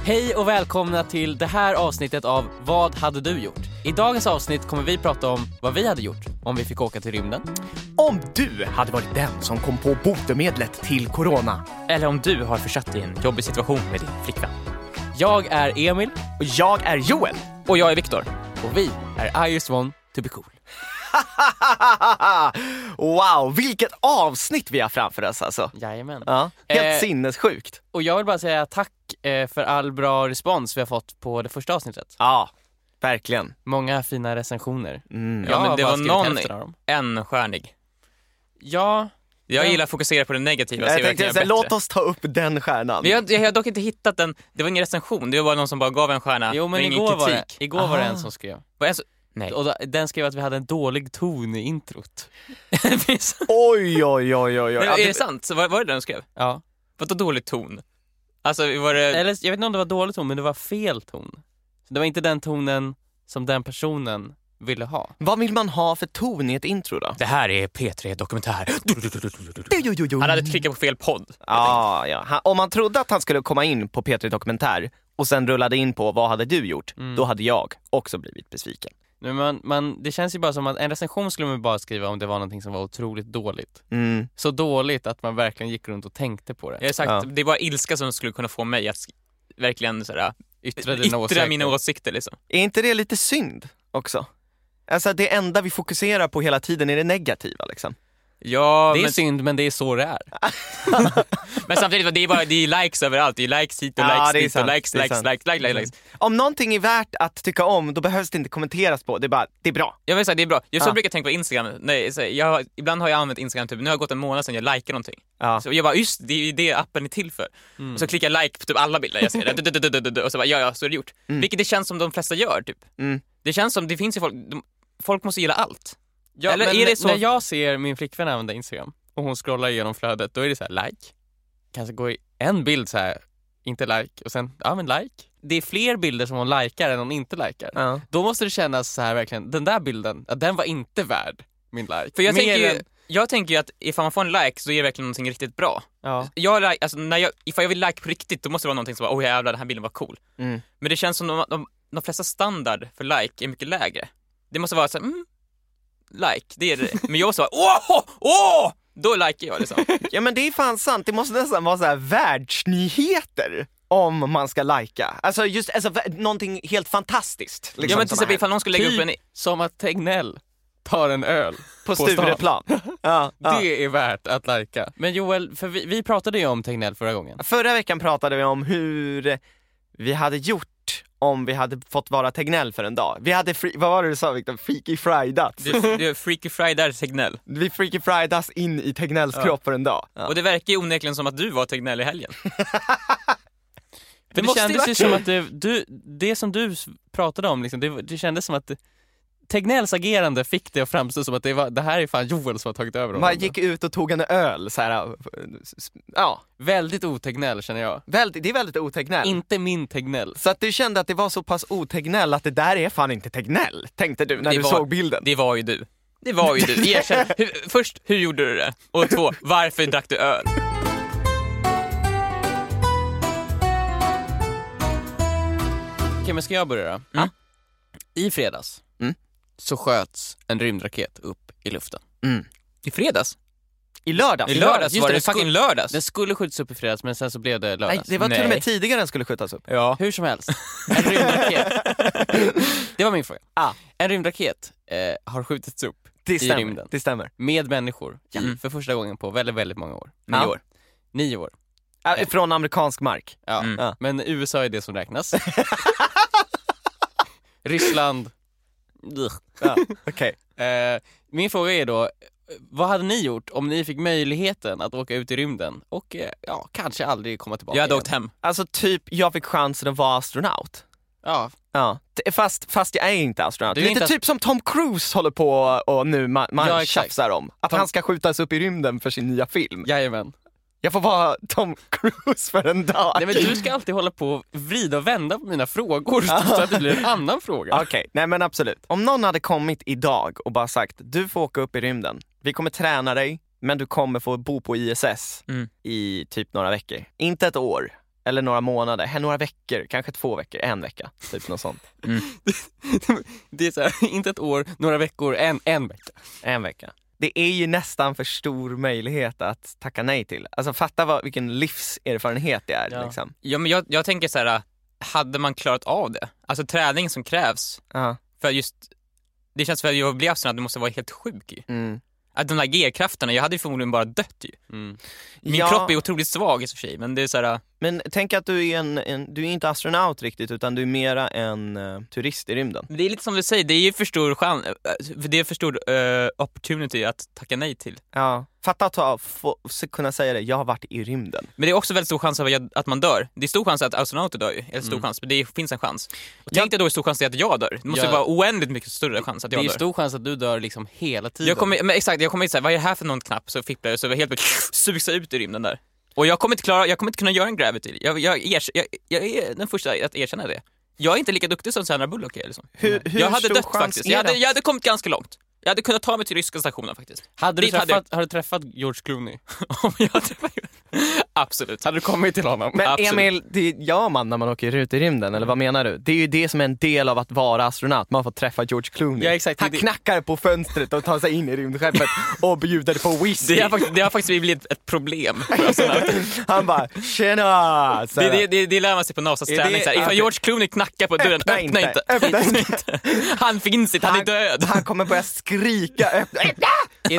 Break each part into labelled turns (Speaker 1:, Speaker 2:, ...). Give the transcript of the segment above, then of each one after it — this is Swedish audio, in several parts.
Speaker 1: Hej och välkomna till det här avsnittet av Vad hade du gjort? I dagens avsnitt kommer vi prata om vad vi hade gjort om vi fick åka till rymden.
Speaker 2: Om du hade varit den som kom på botemedlet till corona.
Speaker 3: Eller om du har försatt dig i en jobbig situation med din flickvän.
Speaker 1: Jag är Emil
Speaker 2: Och jag är Joel.
Speaker 3: Och jag är Viktor.
Speaker 1: och vi är I just want to be cool.
Speaker 2: wow, vilket avsnitt vi har framför oss alltså.
Speaker 1: Jajamän.
Speaker 2: Ja, helt
Speaker 1: Eh.
Speaker 2: sinnessjukt.
Speaker 1: Och jag vill bara säga tack eh, för all bra respons vi har fått på det första avsnittet.
Speaker 2: Ja, verkligen.
Speaker 1: Många fina recensioner.
Speaker 2: Mm.
Speaker 1: Jag
Speaker 3: men
Speaker 1: har
Speaker 3: det
Speaker 1: bara
Speaker 3: var
Speaker 1: skrivit
Speaker 3: någon-
Speaker 1: hälften av dem.
Speaker 3: Enstjärnig.
Speaker 1: Ja,
Speaker 3: Jag
Speaker 1: Ja.
Speaker 3: gillar att fokusera på det negativa.
Speaker 2: Jag
Speaker 3: se vad kan
Speaker 2: tänkte
Speaker 3: göra
Speaker 2: säga,
Speaker 3: bättre.
Speaker 2: låt oss ta upp den stjärnan.
Speaker 3: Men Jag, jag har dock inte hittat den. Det var ingen recension, det var bara någon som bara gav en stjärna.
Speaker 1: jo men
Speaker 3: Ah, ingen
Speaker 1: igår, var det,
Speaker 3: kritik.
Speaker 1: igår var det en
Speaker 2: Aha.
Speaker 1: som skrev.
Speaker 3: Var det en så- Nej.
Speaker 1: Och då- den skrev att vi hade en dålig ton i introt.
Speaker 2: Oj, oj, oj, oj. oj.
Speaker 3: Nej,
Speaker 2: Ja,
Speaker 3: är det
Speaker 2: det...
Speaker 3: sant? Så var, var det den de skrev?
Speaker 1: Ja.
Speaker 3: Vadå dålig ton? Alltså var det...
Speaker 1: Eh, Eller jag vet inte om det var dålig ton, men det var fel ton. Så det var inte den tonen som den personen ville ha.
Speaker 2: Vad vill man ha för ton i ett intro då?
Speaker 3: Det här är P3 Dokumentär. Han hade klickat på fel podd.
Speaker 2: Ja, ja. Han, om man trodde att han skulle komma in på P3 Dokumentär och sen rullade in på vad hade du gjort?
Speaker 3: Mm.
Speaker 2: Då hade jag också blivit besviken.
Speaker 1: Nu, man, man, det känns ju bara som att en recension skulle man bara skriva om det var någonting som var otroligt dåligt.
Speaker 2: Mm.
Speaker 1: Så dåligt att man verkligen gick runt och tänkte på
Speaker 3: Jag
Speaker 1: det.
Speaker 3: har sagt,
Speaker 2: Ja.
Speaker 3: det är bara ilska som skulle kunna få mig att sk- verkligen sådär,
Speaker 1: Yttrade dina
Speaker 3: yttra
Speaker 1: åsikter.
Speaker 3: mina åsikter liksom.
Speaker 2: Är inte det lite synd också? Alltså det enda vi fokuserar på hela tiden är det negativa liksom.
Speaker 3: Ja,
Speaker 1: Det är
Speaker 3: men,
Speaker 1: synd, men det är så det är.
Speaker 3: men samtidigt, var det är bara det är likes överallt. Det är likes hit och
Speaker 2: Ja,
Speaker 3: likes
Speaker 2: det är
Speaker 3: dit
Speaker 2: sant,
Speaker 3: och likes,
Speaker 2: det är
Speaker 3: likes,
Speaker 2: sant.
Speaker 3: likes, likes, likes, likes.
Speaker 2: Mm. Om någonting är värt att tycka om, då behövs det inte kommenteras på. Det är bara, det är bra.
Speaker 3: Jag vill säga, det är bra. Jag så
Speaker 2: Ja.
Speaker 3: brukar jag tänka på Instagram. Nej, så här, jag, har- ibland har jag använt Instagram, typ, nu har det gått en månad sedan jag likar någonting.
Speaker 2: Ja. Mm.
Speaker 3: Så jag bara, just det, det är ju det appen är till för. Och så klickar jag like på typ alla bilder jag ser. Du, du, du, du, du, du, och så bara, ja, ja, så är det gjort. Vilket det känns som de flesta gör, typ.
Speaker 2: Mm.
Speaker 3: Det känns som, det finns ju folk, de, folk måste gilla allt.
Speaker 1: Ja,
Speaker 3: Eller
Speaker 1: men
Speaker 3: är det så-
Speaker 1: När jag ser min flickvän använda Instagram och hon scrollar igenom flödet, då är det så här like. Kanske går i en bild så här, inte like, och sen, ja men like. Det är fler bilder som hon likar än hon inte likar.
Speaker 2: Ja.
Speaker 1: Då måste det kännas så här verkligen, den där bilden, ja, den var inte värd min like.
Speaker 3: För jag
Speaker 1: Mer
Speaker 3: tänker, ju,
Speaker 1: än-
Speaker 3: jag tänker ju att ifall man får en like så är det verkligen någonting riktigt bra.
Speaker 1: ja.
Speaker 3: Jag, like- alltså, när jag, ifall jag vill like på riktigt då måste det vara någonting som bara, oh jävlar den här bilden var cool.
Speaker 2: Mm.
Speaker 3: Men det känns som de, de, de flesta standard för like är mycket lägre. Det måste vara såhär, mm, like, det är det. Men jag måste vara, åh, åh, då likar jag liksom.
Speaker 2: ja men det är fan sant, det måste nästan vara så här världsnyheter om man ska lajka. Alltså just alltså, vä- någonting helt fantastiskt. Liksom,
Speaker 3: ja men till
Speaker 2: som
Speaker 3: exempel
Speaker 2: har hänt.
Speaker 3: ifall någon skulle lägga upp en,
Speaker 1: Typ som att Tegnell tar en öl
Speaker 2: på
Speaker 1: stan.
Speaker 2: Stureplan. ja, ja.
Speaker 1: Det är värt att lajka. Men Joel, för vi, vi pratade ju om Tegnell förra gången.
Speaker 2: Förra veckan pratade vi om hur vi hade gjort om vi hade fått vara Tegnell för en dag. Vi hade, fri- vad var det du sa Viktor? Freaky fridat.
Speaker 3: du, du är Freaky Friday Tegnell.
Speaker 2: Vi freaky fridas in i Tegnells kropp för en dag.
Speaker 3: Och det verkar ju onekligen som att du var Tegnell i helgen.
Speaker 1: För det,
Speaker 2: måste ju
Speaker 1: kändes ju som
Speaker 2: varit-
Speaker 1: att det, du, det som du s- pratade om, liksom, det, det kändes som att det, Tegnells agerande fick det att framstå som att det, var, det här är fan Joel som har tagit över honom.
Speaker 2: Man gick ut och tog en öl så här. Ja,
Speaker 1: Väldigt otegnell känner jag.
Speaker 2: väldigt, det är väldigt otegnell.
Speaker 1: Inte min Tegnell.
Speaker 2: så att du kände att det var så pass otegnell att det där är fan inte Tegnell, tänkte du när
Speaker 3: Det
Speaker 2: du
Speaker 3: var-
Speaker 2: såg bilden.
Speaker 3: Det var ju du. Det var ju du. Erkänn. Hur, först, hur gjorde du det? Och två, varför drack du öl?
Speaker 1: Okej, men ska jag börja då?
Speaker 3: Ja.
Speaker 1: I fredags
Speaker 2: Mm.
Speaker 1: så sköts en rymdraket upp i luften.
Speaker 2: Mm.
Speaker 3: I fredags?
Speaker 2: I lördags?
Speaker 3: I
Speaker 1: lördags,
Speaker 3: lördags
Speaker 1: just
Speaker 3: var
Speaker 1: det,
Speaker 3: det,
Speaker 1: det skulle-
Speaker 3: fucking lördags.
Speaker 1: Den skulle skjutas upp i fredags men sen så blev det
Speaker 2: Nej,
Speaker 1: lördags.
Speaker 2: det var till och
Speaker 3: Nej.
Speaker 2: med tidigare den skulle skjutas upp.
Speaker 3: Ja.
Speaker 1: Hur som helst, en rymdraket. det var min fråga.
Speaker 2: Ah.
Speaker 1: En rymdraket eh, har skjutits upp
Speaker 2: Det stämmer.
Speaker 1: rymden.
Speaker 2: Det stämmer.
Speaker 1: med människor i-
Speaker 3: Mm.
Speaker 1: för första gången på väldigt, väldigt många år.
Speaker 3: Nio
Speaker 2: Ja.
Speaker 3: år.
Speaker 1: Nio år.
Speaker 2: Äh, Från amerikansk mark.
Speaker 1: Ja.
Speaker 3: Mm.
Speaker 2: Ja.
Speaker 1: Men USA är det som räknas. Ryssland. Ugh.
Speaker 2: Ja, Okej.
Speaker 1: Eh, min fråga är då, vad hade ni gjort om ni fick möjligheten att åka ut i rymden och eh, ja, kanske aldrig komma tillbaka
Speaker 3: Jag hade
Speaker 1: igen?
Speaker 3: åkt hem.
Speaker 2: Alltså typ, jag fick chansen att vara astronaut.
Speaker 1: Ja,
Speaker 2: Ja, t- fast, fast jag är inte astronaut.
Speaker 1: Du
Speaker 2: Det
Speaker 1: är
Speaker 2: är
Speaker 1: inte
Speaker 2: inte
Speaker 1: as-
Speaker 2: typ som Tom Cruise håller på och nu man, man
Speaker 1: Ja, exakt.
Speaker 2: tjafsar om. Att
Speaker 1: Tom-
Speaker 2: han ska skjutas upp i rymden för sin nya film.
Speaker 1: jajamän.
Speaker 2: Jag får vara Tom Cruise för en dag.
Speaker 1: Nej men du ska alltid hålla på och vrida och vända på mina frågor så att det blir en annan fråga.
Speaker 2: Okej, nej men absolut. Om någon hade kommit idag och bara sagt du får åka upp i rymden, vi kommer träna dig men du kommer få bo på ISS
Speaker 3: Mm.
Speaker 2: i typ några veckor. Inte ett år, eller några månader, några veckor, kanske två veckor, en vecka. Typ något sånt.
Speaker 1: Det är så här, inte ett år, några veckor, en, en vecka.
Speaker 2: En vecka. Det är ju nästan för stor möjlighet att tacka nej till. Alltså fatta vad, vilken livserfarenhet det är.
Speaker 1: Ja.
Speaker 2: Liksom.
Speaker 3: Ja, men jag, jag tänker så här, hade man klarat av det? Alltså träning som krävs
Speaker 2: Ja.
Speaker 3: för just, det känns väl jag blev sån att du måste vara helt sjuk ju.
Speaker 2: Mm.
Speaker 3: Att de Äh, där G-krafterna, jag hade ju förmodligen bara dött ju. Min
Speaker 2: Ja.
Speaker 3: kropp är otroligt svag i och för sig, men det är så här, äh,
Speaker 2: Men tänk att du är, en, en, du är inte astronaut riktigt utan du är mera en eh, turist i rymden.
Speaker 3: det är lite som du säger, det är ju för stor chans, det är för stor eh, opportunity att tacka nej till.
Speaker 2: Ja. Fatta att ha, få, se- kunna säga det, jag har varit i rymden.
Speaker 3: Men det är också väldigt stor chans att jag- att man dör. Det är stor chans att astronauter dör ju, eller stor chans, men det finns en chans. Och tänk dig då hur stor chans det är att jag dör. Det måste
Speaker 1: Ja.
Speaker 3: vara oändligt mycket större chans att
Speaker 1: Det är
Speaker 3: jag
Speaker 1: ju
Speaker 3: dör.
Speaker 1: stor chans att du dör liksom hela tiden.
Speaker 3: Jag kommer, men exakt, jag kommer inte säga vad är det här för någon knapp? Så fipplar jag så jag helt plötsligt sugs jag ut i rymden där. Och jag kommer inte klara, jag kommer inte kunna göra en gravity. Jag, jag, ers- jag, jag är den första att erkänna det. Jag är inte lika duktig som Sandra Bullock är. Liksom.
Speaker 2: Hur, hur
Speaker 3: Jag hade
Speaker 2: stor
Speaker 3: dött
Speaker 2: chans
Speaker 3: faktiskt.
Speaker 2: är
Speaker 3: Jag hade,
Speaker 2: det?
Speaker 3: jag hade kommit ganska långt. Jag hade kunnat ta mig till ryska stationen faktiskt.
Speaker 1: hade du
Speaker 3: dit hade
Speaker 1: träffat, Har du träffat George Clooney?
Speaker 3: Om jag hade... Absolut.
Speaker 1: Hade du kommit till honom?
Speaker 2: Men
Speaker 3: Absolut.
Speaker 2: Emil, det gör man när man åker ut i rymden, eller vad menar du? Det är ju det som är en del av att vara astronaut, man får träffa George Clooney.
Speaker 1: Ja, exakt.
Speaker 2: Han
Speaker 1: Det-
Speaker 2: knackar på fönstret och tar sig in i rymdskeppet och bjuder på
Speaker 3: Det
Speaker 2: whisky.
Speaker 3: har, fakt- det har faktiskt blivit ett problem.
Speaker 2: Han bara “tjena!” så
Speaker 3: Det,
Speaker 2: här.
Speaker 3: det, det, det lär man sig på Nasas
Speaker 2: Är
Speaker 3: träning.
Speaker 2: det-
Speaker 3: Så här, ifall
Speaker 2: okej.
Speaker 3: George Clooney knackar på dörren, öppna,
Speaker 2: inte,
Speaker 3: inte.
Speaker 2: öppna
Speaker 3: Han finns inte, han är död.
Speaker 2: Han kommer börja skrika “öppna!”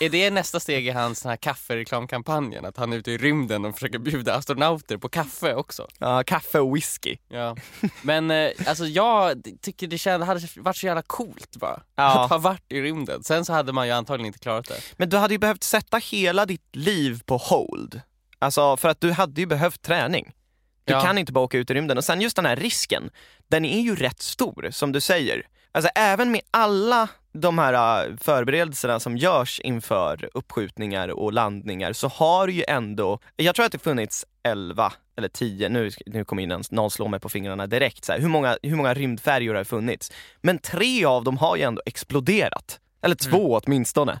Speaker 1: Är det nästa steg i hans sån här kaffereklamkampanjen? Att han är ute i rymden och försöker bjuda astronauter på kaffe också?
Speaker 2: Ja, kaffe och whisky.
Speaker 1: Ja. Men eh, alltså jag tycker det kände, hade varit så jävla coolt bara.
Speaker 2: Ja.
Speaker 1: Att ha varit i rymden. Sen så hade man ju antagligen inte klarat det.
Speaker 2: Men du hade ju behövt sätta hela ditt liv på hold. Alltså för att du hade ju behövt träning. Du
Speaker 1: Ja.
Speaker 2: kan inte bara åka ut i rymden. Och sen just den här risken, den är ju rätt stor som du säger. Alltså även med alla de här äh, förberedelserna som görs inför uppskjutningar och landningar så har ju ändå, jag tror att det funnits 11 eller 10, nu, nu kommer in en, någon slår mig på fingrarna direkt, så här, hur, många, hur många rymdfärjor har funnits? Men tre av dem har ju ändå exploderat. Eller två åtminstone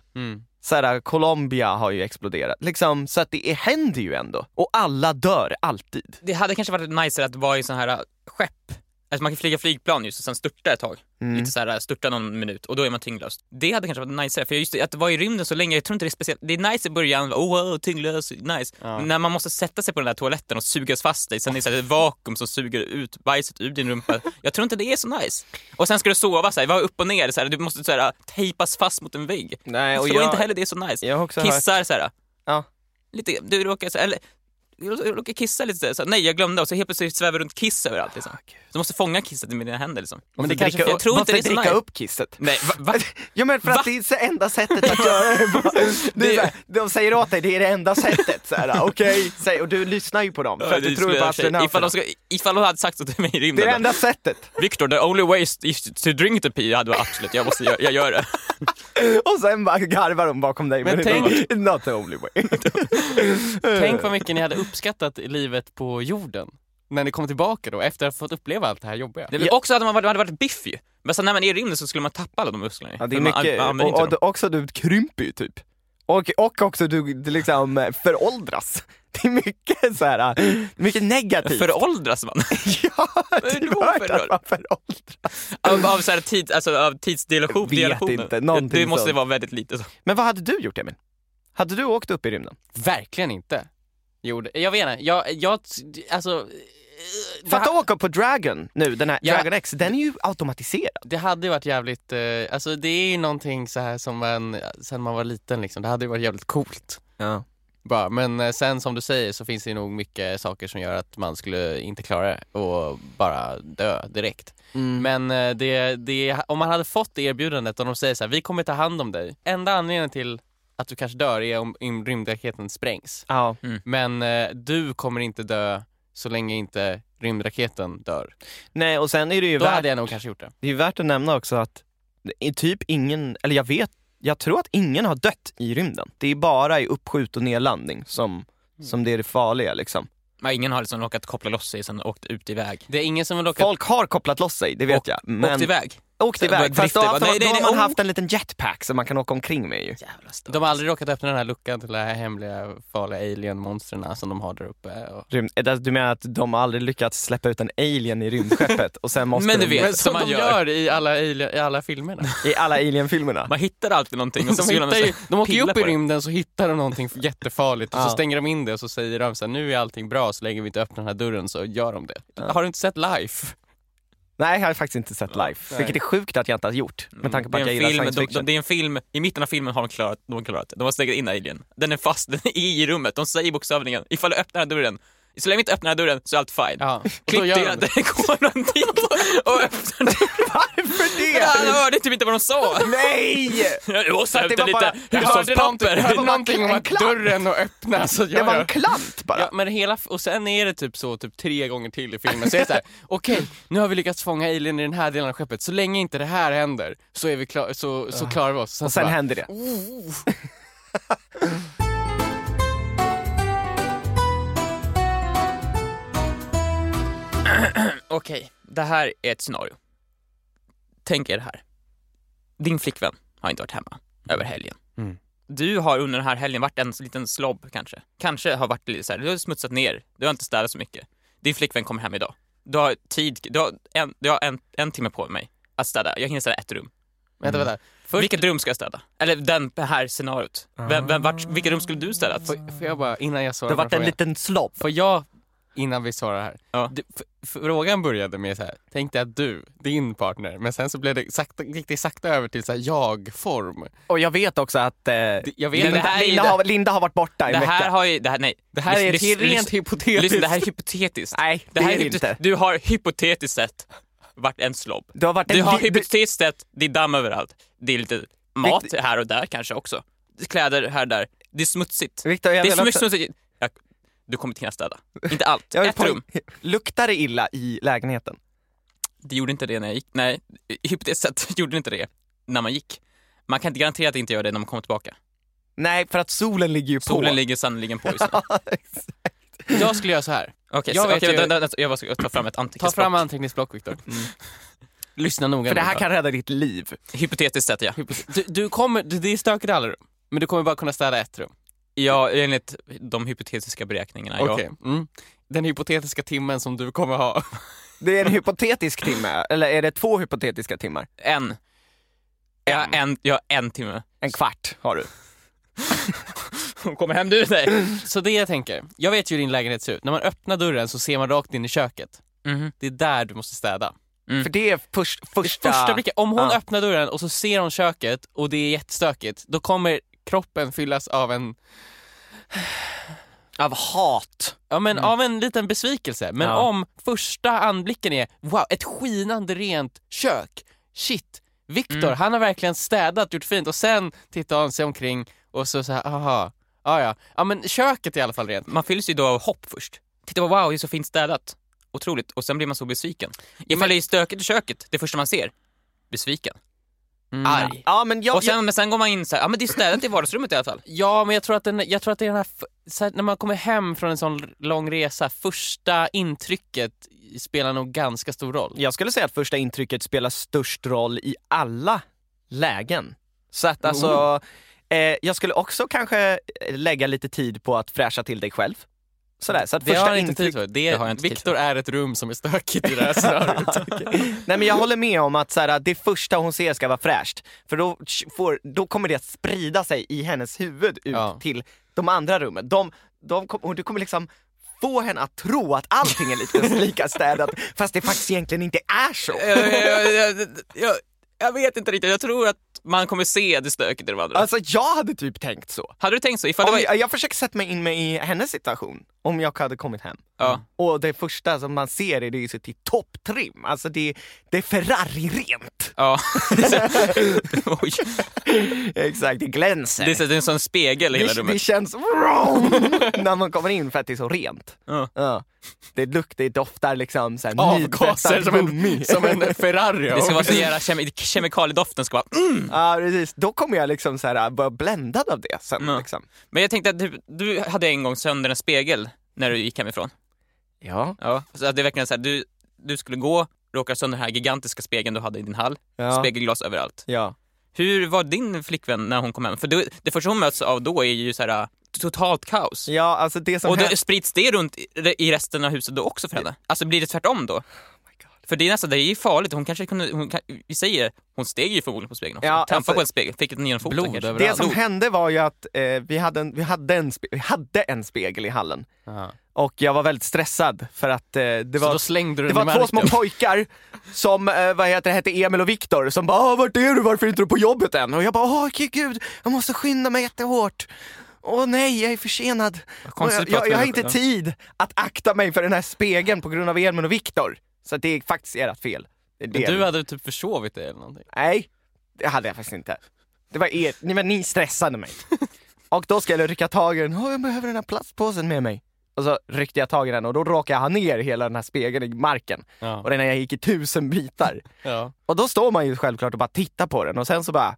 Speaker 2: så här, Colombia har ju exploderat. Liksom, så att det är- händer ju ändå. Och alla dör alltid.
Speaker 3: Det hade kanske varit nice att vara i sån här äh, skepp. Alltså man kan flyga flygplan just och sen störta ett tag. Lite så här, äh, störta någon minut och då är man tyngdlös. Det hade kanske varit nice för just det, att vara i rymden så länge, jag tror inte det är speciellt. Det är nice i början, oh, wow, tyngdlös, nice. Men när man måste sätta sig på den där toaletten och sugas fast i, sen är det så här ett vakuum som suger ut bajset ur din rumpa. Jag tror inte det är så nice. Och sen ska du sova så här, vara upp och ner, så här, du måste så här, äh, tejpas fast mot en vägg.
Speaker 2: Nej,
Speaker 3: jag tror inte heller det är så nice.
Speaker 2: Jag har också hört...
Speaker 3: Kissar så här.
Speaker 2: Ja.
Speaker 3: Lite, du råkar, så här, eller, du råkar kissa lite så, här, så här, nej jag glömde och så helt plötsligt svävar runt kiss överallt liksom. Du måste fånga kisset med dina händer liksom.
Speaker 1: Men det
Speaker 2: Varför
Speaker 1: kanske...
Speaker 2: Ah, dricka
Speaker 3: jag
Speaker 2: upp-
Speaker 3: tror inte
Speaker 2: varför
Speaker 3: det är så
Speaker 2: dricka
Speaker 3: nice.
Speaker 2: upp kisset?
Speaker 3: Nej, va, va?
Speaker 2: Ja men för att
Speaker 3: Va?
Speaker 2: det är det enda sättet att göra det på. Det är
Speaker 3: Det-
Speaker 2: så här, de säger åt dig, det är det enda sättet. Så här, Okej, säg- och du lyssnar ju på dem. För att du
Speaker 3: Det
Speaker 2: tror
Speaker 3: skulle
Speaker 2: på
Speaker 3: jag säga. ifall,
Speaker 2: astronauterna.
Speaker 3: de ska, ifall hon hade sagt så till mig
Speaker 2: Det
Speaker 3: i
Speaker 2: är
Speaker 3: rymden.
Speaker 2: det
Speaker 3: då,
Speaker 2: enda sättet.
Speaker 3: Victor, the only way is- is to drink the pee. Jag hade bara absolut, jag, måste, jag, jag gör det.
Speaker 2: Och sen bara garvar de bakom dig.
Speaker 1: Men
Speaker 2: Men,
Speaker 1: tänk-
Speaker 2: tänk... Not the only way.
Speaker 3: Eh.
Speaker 1: Tänk vad mycket ni hade uppskattat i livet på jorden. När ni kom tillbaka då, efter att ha fått uppleva allt det här jobbiga.
Speaker 3: Nej, men Också att man varit- hade varit biff ju. Men sen när man är i rymden så skulle man tappa alla de musklerna. ju.
Speaker 2: Ja, det är
Speaker 3: För man
Speaker 2: mycket,
Speaker 3: an- använder
Speaker 2: och,
Speaker 3: inte
Speaker 2: och
Speaker 3: dem.
Speaker 2: du- också du krymper ju typ. Och, och också du, du liksom eh, föråldras. Det är mycket så här, eh, mycket negativt.
Speaker 3: Föråldras man?
Speaker 2: ja,
Speaker 3: är
Speaker 2: du
Speaker 3: det
Speaker 2: har hört
Speaker 3: för
Speaker 2: att man föråldras.
Speaker 3: av, av, så här tid, alltså, av tidsdilation?
Speaker 2: Vet
Speaker 3: dilationen.
Speaker 2: inte, någonting
Speaker 3: det måste
Speaker 2: sånt.
Speaker 3: vara väldigt lite så.
Speaker 2: Men vad hade du gjort Emil? Hade du åkt upp i rymden?
Speaker 1: Verkligen inte. Jo, det- jag vet inte. Jag, jag, alltså... eh, det
Speaker 2: Fatta att åka på Dragon nu, den här
Speaker 1: Ja.
Speaker 2: Dragon X, den är ju automatiserad.
Speaker 1: Det hade ju varit jävligt, eh, alltså det är ju någonting så här som man, sen man var liten liksom, det hade ju varit jävligt coolt.
Speaker 2: Ja.
Speaker 1: Bara. Men eh, sen som du säger så finns det ju nog mycket saker som gör att man skulle inte klara det och bara dö direkt.
Speaker 2: Mm.
Speaker 1: Men eh, det, det, om man hade fått det erbjudandet och de säger så här, vi kommer ta hand om dig. Enda anledningen till att du kanske dör är om, om rymdraketen sprängs.
Speaker 2: Ja.
Speaker 1: Men eh, du kommer inte dö så länge inte rymdraketen dör.
Speaker 2: Nej, och sen är det ju
Speaker 1: Då
Speaker 2: värt,
Speaker 1: hade jag nog kanske gjort det.
Speaker 2: det är värt att nämna också att det är typ ingen, eller jag vet, jag tror att ingen har dött i rymden. Det är bara i uppskjut och nedlandning
Speaker 3: Mm.
Speaker 2: som, som det är det farliga liksom.
Speaker 3: Nej, ingen har liksom råkat koppla loss sig sen åkt ut iväg.
Speaker 1: Det är ingen som har råkat
Speaker 2: Folk har kopplat loss sig, det vet jag. Men
Speaker 3: Åkt iväg.
Speaker 2: åkt iväg. Fast då,
Speaker 3: drifter,
Speaker 2: har
Speaker 3: bara,
Speaker 2: man-
Speaker 3: nej,
Speaker 2: då
Speaker 3: nej, oh.
Speaker 2: har
Speaker 3: nej,
Speaker 2: man
Speaker 3: om-
Speaker 2: haft en liten jetpack som man kan åka omkring med ju.
Speaker 3: Jävla stort.
Speaker 1: De har aldrig råkat öppna den här luckan till de här hemliga farliga alien-monstren som de har där uppe. Och...
Speaker 2: Rymd- eh, Du menar att de har aldrig lyckats släppa ut en alien i rymdskeppet och sen måste
Speaker 3: Men du
Speaker 2: de,
Speaker 3: vet,
Speaker 1: Men som
Speaker 3: som man
Speaker 1: de
Speaker 3: gör.
Speaker 1: gör i alla, alien, i alla filmerna.
Speaker 2: i alla alien-filmerna.
Speaker 3: Man hittar alltid någonting och så
Speaker 1: De,
Speaker 3: skulle man
Speaker 1: hittar ju,
Speaker 3: så-
Speaker 1: de åker ju
Speaker 3: pilla
Speaker 1: upp i
Speaker 3: på det.
Speaker 1: rymden så hittar de någonting jättefarligt och
Speaker 2: Ja.
Speaker 1: så stänger de in det och så säger de så här, nu är allting bra så länge vi inte öppnar den här dörren så gör de det. Har du inte sett Life?
Speaker 2: Nej, jag har faktiskt inte sett Life. Vilket är sjukt att jag inte har gjort. Med tanke på
Speaker 3: Mm, det
Speaker 2: att
Speaker 3: är
Speaker 2: jag
Speaker 3: en
Speaker 2: gillar
Speaker 3: film,
Speaker 2: science
Speaker 3: de, de,
Speaker 2: fiction.
Speaker 3: det är en film, i mitten av filmen har de klarat, de har klarat det. De har stängt in alien. Den är fast, den är i rummet. De säger i bokstavningen, ifall du öppnar den här dörren, så länge vi inte öppnar den här dörren så är allt fine.
Speaker 1: Ja.
Speaker 3: Och då gör de det. Det går någon dit och öppnar dörren.
Speaker 2: Varför
Speaker 3: Han hörde typ inte vad de sa.
Speaker 2: Nej!
Speaker 3: Jag måste
Speaker 2: det
Speaker 3: hämta
Speaker 2: var bara-
Speaker 3: lite
Speaker 2: jag hörde
Speaker 1: Jag
Speaker 3: hushållspapper.
Speaker 1: hörde någonting om
Speaker 2: En
Speaker 1: att
Speaker 2: klapp.
Speaker 1: dörren har öppnats. så
Speaker 2: Det
Speaker 1: jag
Speaker 2: var
Speaker 1: gör-
Speaker 2: en klant bara.
Speaker 1: Ja, men hela, och sen är det typ så typ tre gånger till i filmen. Så är det så här, okej, nu har vi lyckats fånga alien i den här delen av skeppet. Så länge inte det här händer så, är vi klar, så, så klarar vi oss.
Speaker 2: Och sen
Speaker 1: så bara,
Speaker 2: händer det.
Speaker 3: Okej, det här är ett scenario. Tänk er det här. Din flickvän har inte varit hemma över helgen.
Speaker 1: Mm.
Speaker 3: Du har under den här helgen varit en liten slobb kanske. Kanske har varit lite så här, du har smutsat ner, du har inte städat så mycket. Din flickvän kommer hem idag. Du har tid, du har en, du har en, en timme på mig att städa. Jag hinner städa ett rum.
Speaker 1: Vänta, vänta.
Speaker 2: Mm.
Speaker 1: Först,
Speaker 3: Vilket rum ska jag städa? Eller den, det här scenariot. Vem, vem, vart, vilket rum skulle du städa?
Speaker 1: får, får jag bara, innan jag
Speaker 2: Det
Speaker 1: svarar
Speaker 2: har
Speaker 1: på
Speaker 2: varit en
Speaker 1: frågan.
Speaker 2: liten slobb.
Speaker 1: Får jag, innan vi svarar här.
Speaker 3: Ja.
Speaker 1: Du, f- frågan började med så här, tänk dig att du, din partner, men sen så blev det sakta, gick det sakta över till så här jag-form.
Speaker 2: Och jag vet också att eh,
Speaker 1: jag vet-
Speaker 3: det
Speaker 2: Linda,
Speaker 3: här är-
Speaker 2: Linda, har, Linda har varit borta i
Speaker 3: Det
Speaker 2: en
Speaker 3: här
Speaker 2: vecka.
Speaker 3: har ju, det här, nej.
Speaker 1: Det här är
Speaker 3: Lys-
Speaker 1: ett
Speaker 3: lys-
Speaker 1: rent hypotetiskt.
Speaker 3: Lyssna, det här är hypotetiskt.
Speaker 2: Nej,
Speaker 3: Det här
Speaker 2: det
Speaker 3: är
Speaker 2: är det
Speaker 3: hypotetiskt.
Speaker 2: inte.
Speaker 3: Du har hypotetiskt sett vaett en slobb.
Speaker 2: Du har varit en
Speaker 3: Du har
Speaker 2: li- du-
Speaker 3: hypotetiskt sett, det är damm överallt. Det är lite mat här och där kanske också. Kläder här och där. Det är smutsigt.
Speaker 2: Victor, jag
Speaker 3: Det är
Speaker 2: vill
Speaker 3: så mycket
Speaker 2: också-
Speaker 3: smutsigt. Jag, du kommer inte kunna städa. Inte allt.
Speaker 2: jag vill
Speaker 3: Ett rum.
Speaker 2: poäng- Luktar det illa i lägenheten?
Speaker 3: Det gjorde inte det när jag gick. Nej, hypotetiskt sett gjorde det inte det när man gick. Man kan inte garantera att det inte gör det när man kommer tillbaka.
Speaker 2: Nej, för att solen ligger ju på.
Speaker 3: Solen ligger sannoliken på just nu.
Speaker 1: Jag skulle göra så här.
Speaker 3: Okej,
Speaker 1: Jag
Speaker 3: så-
Speaker 1: vet
Speaker 3: okej,
Speaker 1: ju-
Speaker 3: vänta, vänta, jag måste ta fram ett
Speaker 1: Ta
Speaker 3: anteckningsblock.
Speaker 1: fram anteckningsblock, Viktor. Lyssna noga
Speaker 2: Mm. För det
Speaker 1: nu
Speaker 2: här
Speaker 1: bara.
Speaker 2: kan rädda ditt liv.
Speaker 3: Hypotetiskt sett, ja.
Speaker 1: Du, du kommer, det det är stökigt i alla rum, men du kommer bara kunna städa ett rum.
Speaker 3: ja. Enligt de hypotetiska beräkningarna, ja.
Speaker 1: Okej. Mm. Den hypotetiska timmen som du kommer ha.
Speaker 2: Det är en hypotetisk timme, eller är det två hypotetiska timmar?
Speaker 3: En. Jag har en, jag har en timme.
Speaker 2: En kvart har du.
Speaker 3: Hon kommer hem du dig.
Speaker 1: Så det jag tänker, jag vet ju hur din lägenhet ser ut. När man öppnar dörren så ser man rakt in i köket.
Speaker 2: Mhm.
Speaker 1: Det är där du måste städa.
Speaker 3: Mm.
Speaker 2: För det är förs- första...
Speaker 1: Första blicken, om hon
Speaker 2: Ja.
Speaker 1: öppnar dörren och så ser hon köket och det är jättestökigt, då kommer kroppen fyllas av en,
Speaker 2: Av hat.
Speaker 1: ja, men,
Speaker 3: Mm.
Speaker 1: av en liten besvikelse. Men
Speaker 2: Ja.
Speaker 1: om första anblicken är wow, ett skinande rent kök, shit, Viktor
Speaker 3: Mm.
Speaker 1: han har verkligen städat, gjort fint och sen tittar han sig omkring och så såhär, aha, ja ja, ja men köket är i alla fall rent.
Speaker 3: Man fylls ju då av hopp först. Titta vad wow, det är så fint städat. Otroligt. Och sen blir man så besviken. Ifall det är stökigt i köket, det första man ser. Besviken. Arg.
Speaker 2: Ja, men jag...
Speaker 3: Mm. Och sen, men sen går man in så här, ja men det är städat i vardagsrummet i alla fall.
Speaker 1: Ja, men jag tror att, den, jag tror att det är den här, f- så här, när man kommer hem från en sån lång resa, första intrycket spelar nog ganska stor roll.
Speaker 2: jag, jag skulle säga att första intrycket spelar störst roll i alla lägen. Så att alltså, eh, jag skulle också kanske eh, lägga lite tid på att fräscha till dig själv. Sådär, så att
Speaker 1: Det
Speaker 2: första
Speaker 1: har jag inte
Speaker 2: intryck...
Speaker 1: tid för. Det
Speaker 3: Det har jag
Speaker 1: är,
Speaker 3: inte tid för.
Speaker 1: Viktor är ett rum som är stökigt i det här snöret.
Speaker 2: Nej men jag håller med om att så här, det första hon ser ska vara fräscht. För då, får, då kommer det att sprida sig i hennes huvud ut
Speaker 1: Ja.
Speaker 2: till de andra rummen. De, de kom, och du kommer liksom få henne att tro att allting är lite lika städat fast det faktiskt egentligen inte är så.
Speaker 3: jag, jag, jag, jag, jag vet inte riktigt, jag tror att man kommer se det stökigt i de andra.
Speaker 2: Alltså jag hade typ tänkt så.
Speaker 3: Hade du tänkt så? Ifall det
Speaker 2: Om
Speaker 3: var...
Speaker 2: jag, jag försöker sätta mig in mig i hennes situation om jag hade kommit hem.
Speaker 3: Ja.
Speaker 2: Och det första som man ser är det är så till topptrim. Alltså det, det är Ferrari-rent.
Speaker 3: Ja. Det är så- Oj.
Speaker 2: Exakt, det glänser.
Speaker 3: Det är så- det är en sån spegel i hela
Speaker 2: Det, det
Speaker 3: rummet.
Speaker 2: känns när man kommer in för att det är så rent.
Speaker 3: Ja.
Speaker 2: Ja. Det luktar, det doftar liksom så här
Speaker 1: Avgaser
Speaker 2: nytvättad
Speaker 1: som en,
Speaker 2: gummi.
Speaker 1: som en Ferrari.
Speaker 3: Det ska vara så jävla kemi kemikaliedoften ska vara
Speaker 2: Ja, precis. Då kommer jag liksom så här, bara bländad av det sen.
Speaker 3: Ja.
Speaker 2: Liksom.
Speaker 3: Men jag tänkte att du, du hade en gång sönder en spegel när du gick hemifrån.
Speaker 2: Ja.
Speaker 3: Ja. Så att det är verkligen så här, du, du skulle gå råkar sönder den här gigantiska spegeln du hade i din hall.
Speaker 2: Ja.
Speaker 3: Spegelglas överallt.
Speaker 2: ja.
Speaker 3: Hur var din flickvän när hon kom hem? För det, det första hon möts av då är ju så här totalt kaos.
Speaker 2: ja, alltså det som
Speaker 3: Och
Speaker 2: hände...
Speaker 3: då sprids det runt i- i resten av huset då också för henne? Alltså blir det tvärtom då? För det är nästan, det är ju farligt. Hon kanske kunde, hon, kan- vi säger, hon steg ju förmodligen på spegeln också.
Speaker 2: Ja,
Speaker 3: Trampade
Speaker 2: alltså-
Speaker 3: på en spegel, fick den genom foten
Speaker 1: Blod
Speaker 3: kanske.
Speaker 1: överallt.
Speaker 2: Det som hände var ju att eh, vi, hade en, vi, hade en spe, vi hade en spegel i hallen
Speaker 1: Aha.
Speaker 2: och jag var väldigt stressad för att eh, det
Speaker 1: Så
Speaker 2: var
Speaker 1: då slängde du
Speaker 2: Det
Speaker 1: den i
Speaker 2: var två små
Speaker 1: marken.
Speaker 2: pojkar som eh, vad heter, det, hette Emil och Viktor som bara "Ah, “Vart är du? Varför är inte du på jobbet än?” Och jag bara “Åh gud, gud, jag måste skynda mig jättehårt. Åh nej, jag är försenad. Och
Speaker 3: konstigt
Speaker 2: jag,
Speaker 3: att prata
Speaker 2: jag, jag har
Speaker 3: med-
Speaker 2: inte
Speaker 3: ja.
Speaker 2: tid att akta mig för den här spegeln på grund av Emil och Viktor. Så att det är faktiskt ert fel. Det är
Speaker 1: Men
Speaker 2: det.
Speaker 1: du hade typ försovit dig eller någonting.
Speaker 2: Nej, det hade jag faktiskt inte. Det var er, ni, men ni stressade mig. och då skulle jag rycka tag i den. Åh, jag behöver den här plastpåsen med mig. Och så ryckte jag tag i den och då råkade jag ha ner hela den här spegeln i marken.
Speaker 1: Ja.
Speaker 2: Och den här gick i tusen bitar.
Speaker 1: Ja.
Speaker 2: Och då står man ju självklart och bara tittar på den och sen så bara,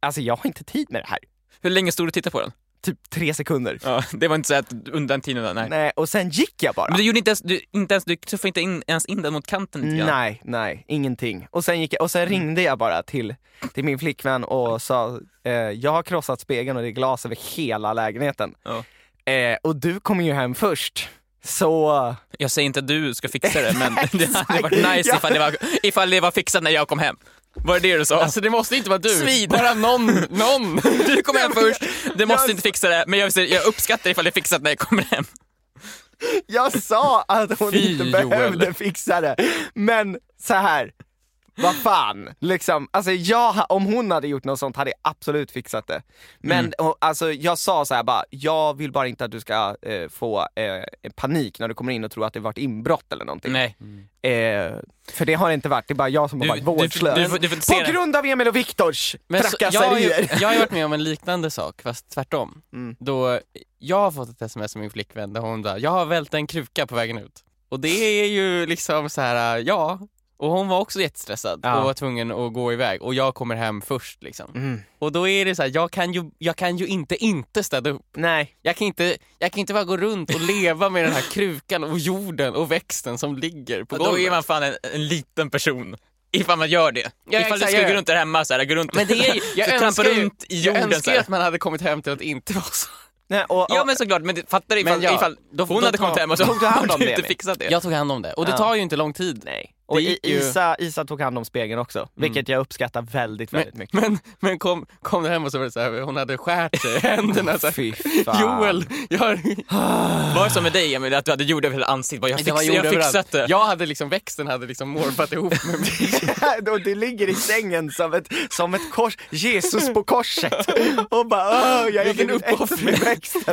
Speaker 2: alltså jag har inte tid med det här.
Speaker 3: Hur länge stod du och tittade på den?
Speaker 2: Typ tre sekunder.
Speaker 3: Ja, det var inte så att under den tiden, där, nej.
Speaker 2: Nej, och sen gick jag bara.
Speaker 3: Men du gjorde inte ens, du, inte ens, du tuffade inte in, ens in den mot kanten lite grann.
Speaker 2: Nej, nej, ingenting. Och sen, gick jag, och sen ringde jag bara till, till min flickvän och sa, eh, jag har krossat spegeln och det är glas över hela lägenheten.
Speaker 3: Ja.
Speaker 2: Eh, och du kommer ju hem först. Så,
Speaker 3: Jag säger inte att du ska fixa det, men det hade
Speaker 2: Exakt.
Speaker 3: varit nice
Speaker 2: Ja.
Speaker 3: ifall det var, ifall det var fixat när jag kom hem. Var det det du sa?
Speaker 1: Alltså det måste inte vara du,
Speaker 3: Svin.
Speaker 1: bara någon, någon.
Speaker 3: du kom hem först, du måste
Speaker 2: jag-
Speaker 3: inte fixa det, men jag, vill säga- jag uppskattar ifall det är fixat när jag kommer hem.
Speaker 2: jag sa att hon
Speaker 1: Fy,
Speaker 2: inte
Speaker 1: Joel.
Speaker 2: behövde fixa det. Men så här. Vad fan, liksom. Alltså jag, ha- om hon hade gjort något sånt hade jag absolut fixat det. Men och, alltså, jag sa så här bara, jag vill bara inte att du ska eh, få eh, panik när du kommer in och tror att det varit inbrott eller någonting.
Speaker 3: Nej.
Speaker 2: Eh, för det har det inte varit, det är bara jag som har
Speaker 3: Du-
Speaker 2: varit
Speaker 3: du-
Speaker 2: vårdslös.
Speaker 3: du får- du får inte se
Speaker 2: På
Speaker 3: det.
Speaker 2: grund av Emil och Viktors
Speaker 1: så- jag, har ju,
Speaker 2: trakasserier.
Speaker 1: jag har ju varit med om en liknande sak, fast tvärtom.
Speaker 2: Mm.
Speaker 1: Då, jag har fått ett sms av min flickvän där hon bara, jag har vält en kruka på vägen ut. Och det är ju liksom så här, äh, ja. Och hon var också jättestressad
Speaker 2: Ja.
Speaker 1: och var tvungen att gå iväg och jag kommer hem först liksom.
Speaker 2: Mm.
Speaker 1: Och då är det så här, jag kan ju, jag kan ju inte inte städa upp.
Speaker 2: Nej,
Speaker 1: Jag kan inte, jag kan inte bara gå runt och leva med den här krukan och jorden och växten som ligger på
Speaker 3: Då är
Speaker 1: golvet.
Speaker 3: man fan en, en liten person. Ifall man gör det.
Speaker 1: Ja,
Speaker 3: ifall du
Speaker 1: exakt,
Speaker 3: skulle
Speaker 1: ja,
Speaker 3: gå
Speaker 1: ja.
Speaker 3: runt där hemma såhär, gå runt
Speaker 1: Men det är ju- jag
Speaker 3: så trampa
Speaker 1: önskar ju-
Speaker 3: runt i
Speaker 1: Jag
Speaker 3: jorden
Speaker 1: önskar ju
Speaker 3: såhär.
Speaker 1: att man hade kommit hem till att det inte var så.
Speaker 2: Nej och, och,
Speaker 3: Ja men såklart, men det- fattar du ifall,
Speaker 1: Men ja,
Speaker 3: ifall
Speaker 1: då-
Speaker 3: hon
Speaker 1: då
Speaker 3: hade kommit
Speaker 1: tar-
Speaker 3: hem och så
Speaker 2: tog du hand om
Speaker 3: har
Speaker 2: det,
Speaker 3: du inte
Speaker 2: Emil?
Speaker 3: fixat det.
Speaker 1: Jag tog hand om det och det
Speaker 2: Ja.
Speaker 1: tar ju inte lång tid.
Speaker 2: nej. och
Speaker 1: det
Speaker 2: i,
Speaker 1: gick ju-
Speaker 2: Isa, Isa tog hand om spegeln också, vilket jag uppskattar väldigt, väldigt mycket.
Speaker 1: Men, men kom, kom du hem och så var det så här, hon hade skärt sig i händerna. Så här,
Speaker 2: Fy fan.
Speaker 1: Joel, jag har,
Speaker 3: Var det som med dig Emil, att du hade jord över hela ansiktet? Bara, Jag, fix,
Speaker 1: var jord
Speaker 3: jag har
Speaker 1: överallt.
Speaker 3: fixat det.
Speaker 1: Jag hade liksom, växten hade liksom morfat ihop med mig.
Speaker 2: och det ligger i sängen som ett, som ett kors, Jesus på korset. Och bara Åh, jag är
Speaker 1: Vilken
Speaker 2: Vilken uppoffring.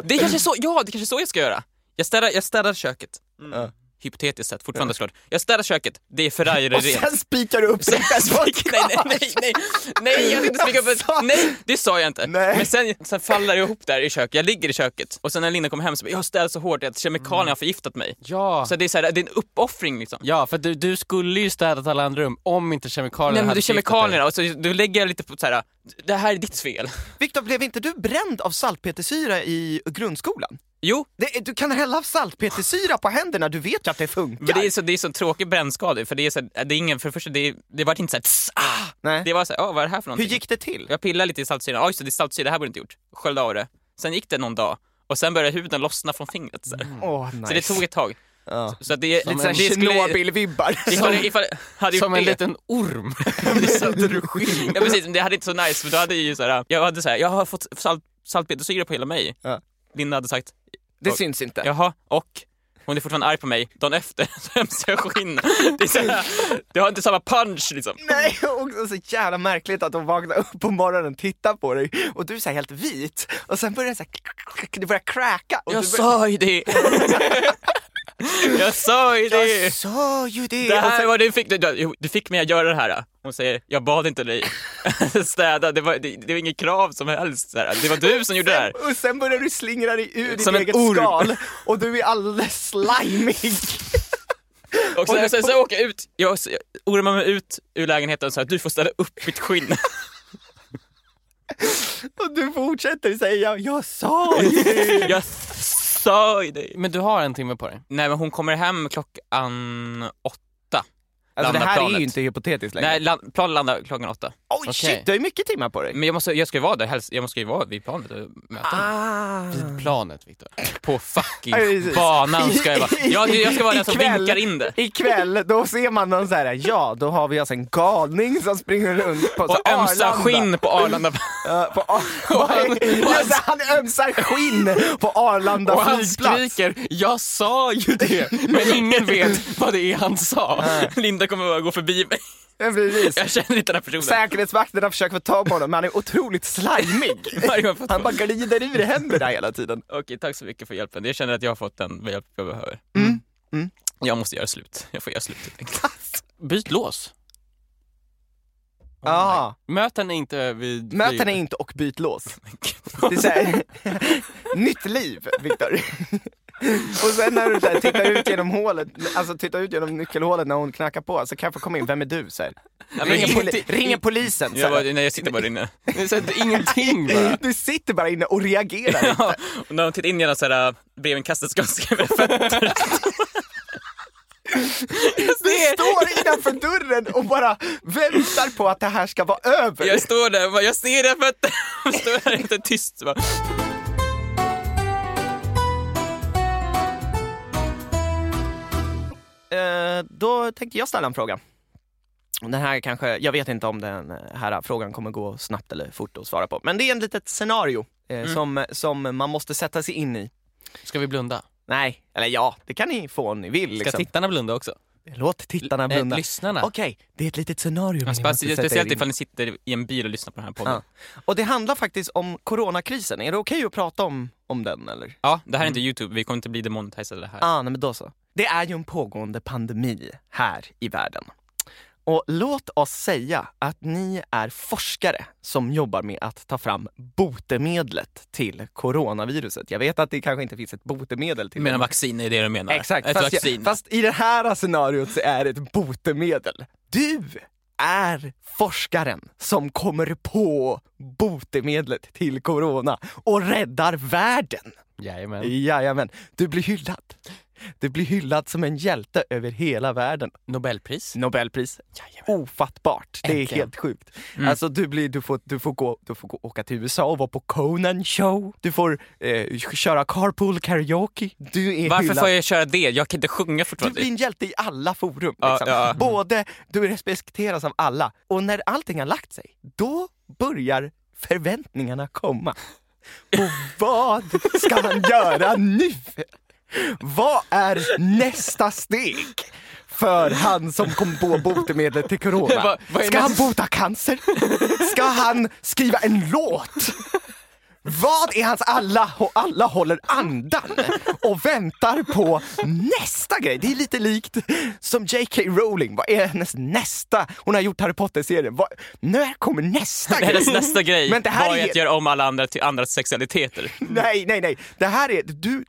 Speaker 3: Det är kanske så, ja det kanske är så jag ska göra. Jag städar, jag städar köket.
Speaker 2: Ja.
Speaker 3: Hypotetiskt sett, fortfarande såklart. Jag städar köket, det är Ferrari
Speaker 2: Och
Speaker 3: rent.
Speaker 2: sen spikar du upp sig själv.
Speaker 3: Nej, nej, nej, nej, nej, jag hade inte spika upp
Speaker 2: Jag sa-
Speaker 3: ett... Nej, det sa jag inte.
Speaker 2: Nej.
Speaker 3: Men sen, sen faller jag ihop där i köket, jag ligger i köket och sen när Linda kom hem så bara, jag har städat så hårt att kemikalierna har förgiftat mig.
Speaker 1: Mm. Ja.
Speaker 3: Så det är så här, det är en uppoffring liksom.
Speaker 1: ja, för du, du skulle ju städat alla andra rum om inte kemikalierna
Speaker 3: Nej men
Speaker 1: hade
Speaker 3: du
Speaker 1: förgiftat dig.
Speaker 3: kemikalierna och så du lägger jag lite på så här. det här är ditt fel.
Speaker 2: Viktor, blev inte du bränd av salpetersyra i grundskolan?
Speaker 3: Jo,
Speaker 2: Det, du kan hälla salpetersyra på händerna, du vet ju att det funkar.
Speaker 3: men det är så, det är så tråkig brännskada för det är så här, det är ingen, för det första det, är- det vart inte så här, tss, ah.
Speaker 2: Nej.
Speaker 3: Det var så här, ah, vad är det här för
Speaker 2: Hur
Speaker 3: någonting?
Speaker 2: gick det till?
Speaker 3: Jag pillade lite i saltsyran, ja just det, det är saltsyra, det här borde jag inte gjort. Sköljde av det. Sen gick det någon dag och sen började huden lossna från fingret så, här.
Speaker 2: Åh, Mm. nice.
Speaker 3: så det tog ett tag.
Speaker 2: Ja.
Speaker 3: Så att det,
Speaker 2: Lite
Speaker 3: det
Speaker 2: såhär Tjernobyl-vibbar.
Speaker 3: ifall, ifall, hade
Speaker 1: Som
Speaker 3: gjort
Speaker 1: en
Speaker 3: det,
Speaker 1: liten orm.
Speaker 3: Ja precis, men det hade inte så nice för då hade jag ju såhär, jag hade såhär, jag har fått salt, salpetersyra på hela mig.
Speaker 2: Ja.
Speaker 3: Linda hade sagt,
Speaker 2: Det syns inte.
Speaker 3: jaha, och? Hon är fortfarande arg på mig, dagen efter så öms jag skinn. Det, är så här, det har inte samma punch liksom.
Speaker 2: Nej, och så jävla märkligt att hon vaknar upp på morgonen och tittar på dig och du är så här helt vit och sen börjar det så här, det börjar kräka. Och
Speaker 3: Jag
Speaker 2: du börjar,
Speaker 3: sa ju det! Jag sa ju det!
Speaker 2: jag sa ju det!
Speaker 3: Det
Speaker 2: Och
Speaker 3: här
Speaker 2: sen,
Speaker 3: var det du fick, du- du, du fick mig att göra det här. Hon säger, jag bad inte dig städa, det var, det, det var inget krav som helst. Så här. Det var du som gjorde det här.
Speaker 2: och sen börjar du slingra dig ur ditt
Speaker 3: Som en
Speaker 2: eget
Speaker 3: orm.
Speaker 2: skal och du är alldeles slimig.
Speaker 3: Och
Speaker 2: Och
Speaker 3: sen,
Speaker 2: det-
Speaker 3: sen, sen åker jag ut, jag jag ormar mig ut ur lägenheten så att du får ställa upp mitt skinn.
Speaker 2: Och du fortsätter säga jag sa ju det.
Speaker 3: Jag sa ju det.
Speaker 1: Men du har en timme på dig.
Speaker 3: Nej men hon kommer hem klockan åtta.
Speaker 2: Alltså det
Speaker 3: landa
Speaker 2: här är
Speaker 3: planet.
Speaker 2: ju inte hypotetiskt längre.
Speaker 3: Nej, land, planen landar klockan åtta.
Speaker 2: Oj
Speaker 1: Okej.
Speaker 2: shit, du har ju mycket timmar på dig.
Speaker 3: Men jag, måste, jag ska ju vara där, helst, jag måste ju vara vid planet och möta honom.
Speaker 2: Ah.
Speaker 1: Vid planet Viktor.
Speaker 3: På fucking
Speaker 2: Ja, precis.
Speaker 3: banan ska jag vara. Jag, jag ska vara den som
Speaker 2: Ikväll.
Speaker 3: vinkar in det.
Speaker 2: Ikväll, då ser man någon så här, ja då har vi alltså en galning som springer runt på så
Speaker 3: Och ömsar
Speaker 2: Arlanda.
Speaker 3: skinn på Arlanda.
Speaker 2: Ja, på Ar- Just det, han ömsar skinn på Arlanda
Speaker 1: Och han
Speaker 2: flygplats.
Speaker 1: skriker “Jag sa ju det!” men ingen vet vad det är han sa.
Speaker 3: Linda kommer bara gå förbi mig.
Speaker 2: Ja, precis.
Speaker 3: Jag känner inte den här personen.
Speaker 2: Säkerhetsvakterna försöker få tag på honom men han är otroligt slajmig.
Speaker 3: Varje gång jag får
Speaker 2: Han bara glider ur händerna hela tiden.
Speaker 3: Okej, tack så mycket för hjälpen. Jag känner att jag har fått den hjälp jag behöver.
Speaker 2: Mm. Mm.
Speaker 3: Jag måste göra slut. Jag får göra slut helt enkelt.
Speaker 1: Byt lås.
Speaker 3: Oh
Speaker 2: Ja,
Speaker 1: Möt henne inte vid...
Speaker 2: möt
Speaker 1: vid-
Speaker 2: henne inte och byt lås. Det är så här, nytt liv, Viktor. Och sen när du så här, tittar ut genom hålet, alltså tittar ut genom nyckelhålet när hon knackar på så kan jag få komma in, vem är du? Så här.
Speaker 3: Nej, men
Speaker 2: Ringer,
Speaker 3: inte-
Speaker 2: poli- ringer polisen. Så
Speaker 3: Jag,
Speaker 2: här.
Speaker 3: bara, nej, jag sitter bara där inne.
Speaker 1: Det är så att ingenting bara.
Speaker 2: Du sitter bara inne och reagerar.
Speaker 3: Ja, och när hon tittar in genom så här, äh, brevinkastet ska hon skriva mina fötter.
Speaker 2: Du står innanför dörren och bara väntar på att det här ska vara över.
Speaker 3: Jag står där och bara, jag ser dina fötter. Jag står där helt tyst. Bara.
Speaker 2: Eh, då tänkte jag ställa en fråga. Den här kanske, jag vet inte om den här frågan kommer gå snabbt eller fort att svara på. Men det är en litet scenario eh, som, som man måste sätta sig in i.
Speaker 1: Ska vi blunda?
Speaker 2: Nej, eller ja, det kan ni få om ni vill.
Speaker 1: Ska
Speaker 2: Liksom. Eh,
Speaker 1: tittarna blunda också?
Speaker 2: Låt tittarna
Speaker 1: Nej,
Speaker 2: blunda.
Speaker 1: lyssnarna.
Speaker 2: Okej, det är ett litet scenario. ni måste sätta er
Speaker 3: Speciellt
Speaker 2: in i.
Speaker 3: ifall ni sitter i en bil och lyssnar på den här podden.
Speaker 2: Ja. Och det handlar faktiskt om coronakrisen. Är det okej att prata om, om den eller?
Speaker 3: Ja, det här är inte
Speaker 2: Mm.
Speaker 3: YouTube, vi kommer inte bli demonetiserade här.
Speaker 2: Ah, nej, men då så. Det är ju en pågående pandemi här i världen. Och låt oss säga att ni är forskare som jobbar med att ta fram botemedlet till coronaviruset. Jag vet att det kanske inte finns ett botemedel till
Speaker 3: Du menar
Speaker 2: det.
Speaker 3: vaccin, är det du menar?
Speaker 2: Exakt,
Speaker 3: Ett
Speaker 2: fast,
Speaker 3: vaccin.
Speaker 2: jag, fast i det här scenariot så är det ett botemedel. Du är forskaren som kommer på botemedlet till corona och räddar världen.
Speaker 1: Jajamän.
Speaker 2: Jajamän, du blir hyllad. Du blir hyllad som en hjälte över hela världen.
Speaker 1: Nobelpris.
Speaker 2: Nobelpris. Ofattbart. Det är
Speaker 1: Äntligen.
Speaker 2: helt sjukt. Alltså du, blir, du, får, du, får gå, du får gå, åka till USA och vara på Conan show. Du får eh, köra carpool karaoke. Du är
Speaker 3: Varför
Speaker 2: hyllad.
Speaker 3: får jag köra det? Jag kan inte sjunga
Speaker 2: Du
Speaker 3: fortfarande.
Speaker 2: blir en hjälte i alla forum.
Speaker 3: Ja,
Speaker 2: Liksom.
Speaker 3: ja.
Speaker 2: Både, du respekteras av alla. Och när allting har lagt sig, då börjar förväntningarna komma. Och vad ska man göra nu? Vad är nästa steg? För han som kom på botemedlet till corona.
Speaker 1: Vad- vad är
Speaker 2: Ska han
Speaker 1: nästa-
Speaker 2: bota cancer? Ska han skriva en låt? Vad är hans alla och alla håller andan och väntar på nästa grej? Det är lite likt som J.K. Rowling. Vad är hennes nästa? Hon har gjort Harry Potter-serien. Vad- När kommer nästa grej?
Speaker 3: Hennes nästa grej
Speaker 2: Men det här
Speaker 3: var ju
Speaker 2: är-
Speaker 3: att göra om alla andra till andras sexualiteter.
Speaker 2: Nej, nej, nej. Det här är... Du,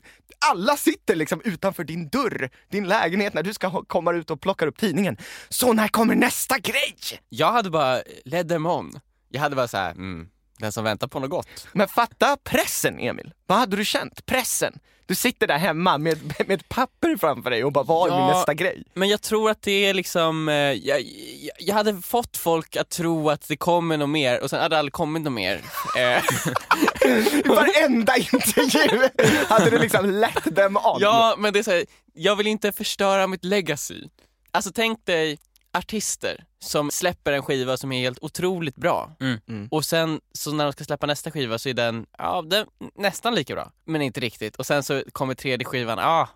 Speaker 2: alla sitter liksom utanför din dörr, din lägenhet, när du ska ha- komma ut och plocka upp tidningen. Så när kommer nästa grej?
Speaker 1: Jag hade bara eh, led them on. Jag hade bara så här, mm, den som väntar på något gott.
Speaker 2: Men fatta pressen, Emil. Vad hade du känt? Pressen. Du sitter där hemma med, med ett papper framför dig och bara, vad är min
Speaker 1: Ja.
Speaker 2: nästa grej?
Speaker 1: Men jag tror att det är liksom, eh, jag, jag, jag hade fått folk att tro att det kommer något mer och sen hade det aldrig kommit något mer. Eh,
Speaker 2: I varenda intervju hade du liksom let them on.
Speaker 1: ja, men det är så här, jag vill inte förstöra mitt legacy. Alltså tänk dig artister som släpper en skiva som är helt otroligt bra
Speaker 3: Mm.
Speaker 2: Mm.
Speaker 1: och sen så när de ska släppa nästa skiva så är den, ja, den nästan lika bra men inte riktigt och sen så kommer tredje skivan, ah,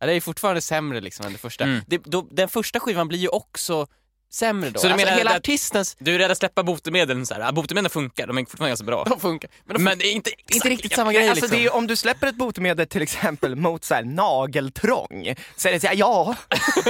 Speaker 1: ja, det är fortfarande sämre liksom än det första.
Speaker 3: Mm.
Speaker 1: Det, då, den första skivan blir ju också sämre då.
Speaker 3: Så du
Speaker 1: alltså,
Speaker 3: menar
Speaker 1: hela
Speaker 3: att-
Speaker 1: artistens,
Speaker 3: Du är rädd att släppa botemedlen så här. Ah, Botemedlen funkar, de är fortfarande ganska bra.
Speaker 1: de funkar, men de
Speaker 3: Men det är inte,
Speaker 1: inte riktigt samma
Speaker 2: Nej,
Speaker 1: grej
Speaker 2: alltså
Speaker 1: liksom.
Speaker 2: det är, ju- om du släpper ett botemedel till exempel mot så här, nageltrång, så är det så här, ja,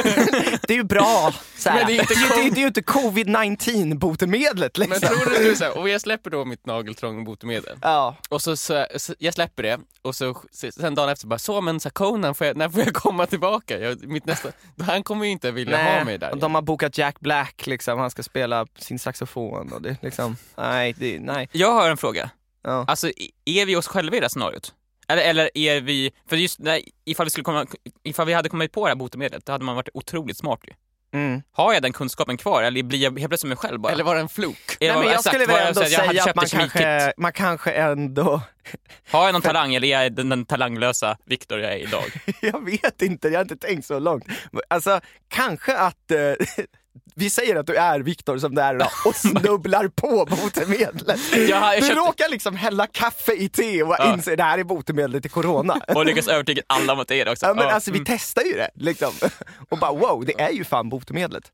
Speaker 2: det är ju bra. Så här.
Speaker 1: Men det är ju inte
Speaker 2: det, det är ju inte covid-19 botemedlet liksom.
Speaker 1: Men tror du inte så här, och jag släpper då mitt nageltrång botemedel
Speaker 2: Ja.
Speaker 1: och så, så, så jag släpper det och så sen dagen efter bara så men så här, Conan, får jag, när får jag komma tillbaka? Jag, mitt nästa, han kommer ju inte vilja ha mig där.
Speaker 2: och
Speaker 1: igen.
Speaker 2: de har bokat Jack Black, liksom. han ska spela sin saxofon. Och det, liksom, nej, det, nej.
Speaker 3: Jag har en fråga.
Speaker 2: Ja.
Speaker 3: Alltså, i- är vi oss själva i det här scenariot? Eller, eller är vi... För just när, ifall, vi skulle komma, ifall vi hade kommit på det här botemedlet, då hade man varit otroligt smart ju.
Speaker 2: Mm.
Speaker 3: Har jag den kunskapen kvar eller blir jag helt plötsligt mig själv bara?
Speaker 1: Eller var det en flok?
Speaker 3: Eller
Speaker 2: Nej, men jag
Speaker 3: exakt,
Speaker 2: skulle
Speaker 3: vad
Speaker 2: väl ändå
Speaker 3: säger, jag
Speaker 2: säga
Speaker 3: hade
Speaker 2: att
Speaker 3: köpt
Speaker 2: man
Speaker 3: det som E gick hit.
Speaker 2: kanske, man kanske ändå,
Speaker 3: Har jag någon talang eller är jag den, den talanglösa Viktor jag är idag?
Speaker 2: jag vet inte, jag har inte tänkt så långt. Alltså kanske att, eh, vi säger att du är Viktor som det är idag och snubblar på botemedlet.
Speaker 3: Jag har- jag
Speaker 2: du
Speaker 3: köpte-
Speaker 2: råkar liksom hälla kaffe i te och
Speaker 3: Ja.
Speaker 2: inser det här är botemedlet till corona.
Speaker 3: Och lyckas övertyga alla om att det är det också.
Speaker 2: Ja, men
Speaker 3: Ja. mm.
Speaker 2: alltså vi testar ju det liksom. Och bara wow, det är ju fan botemedlet.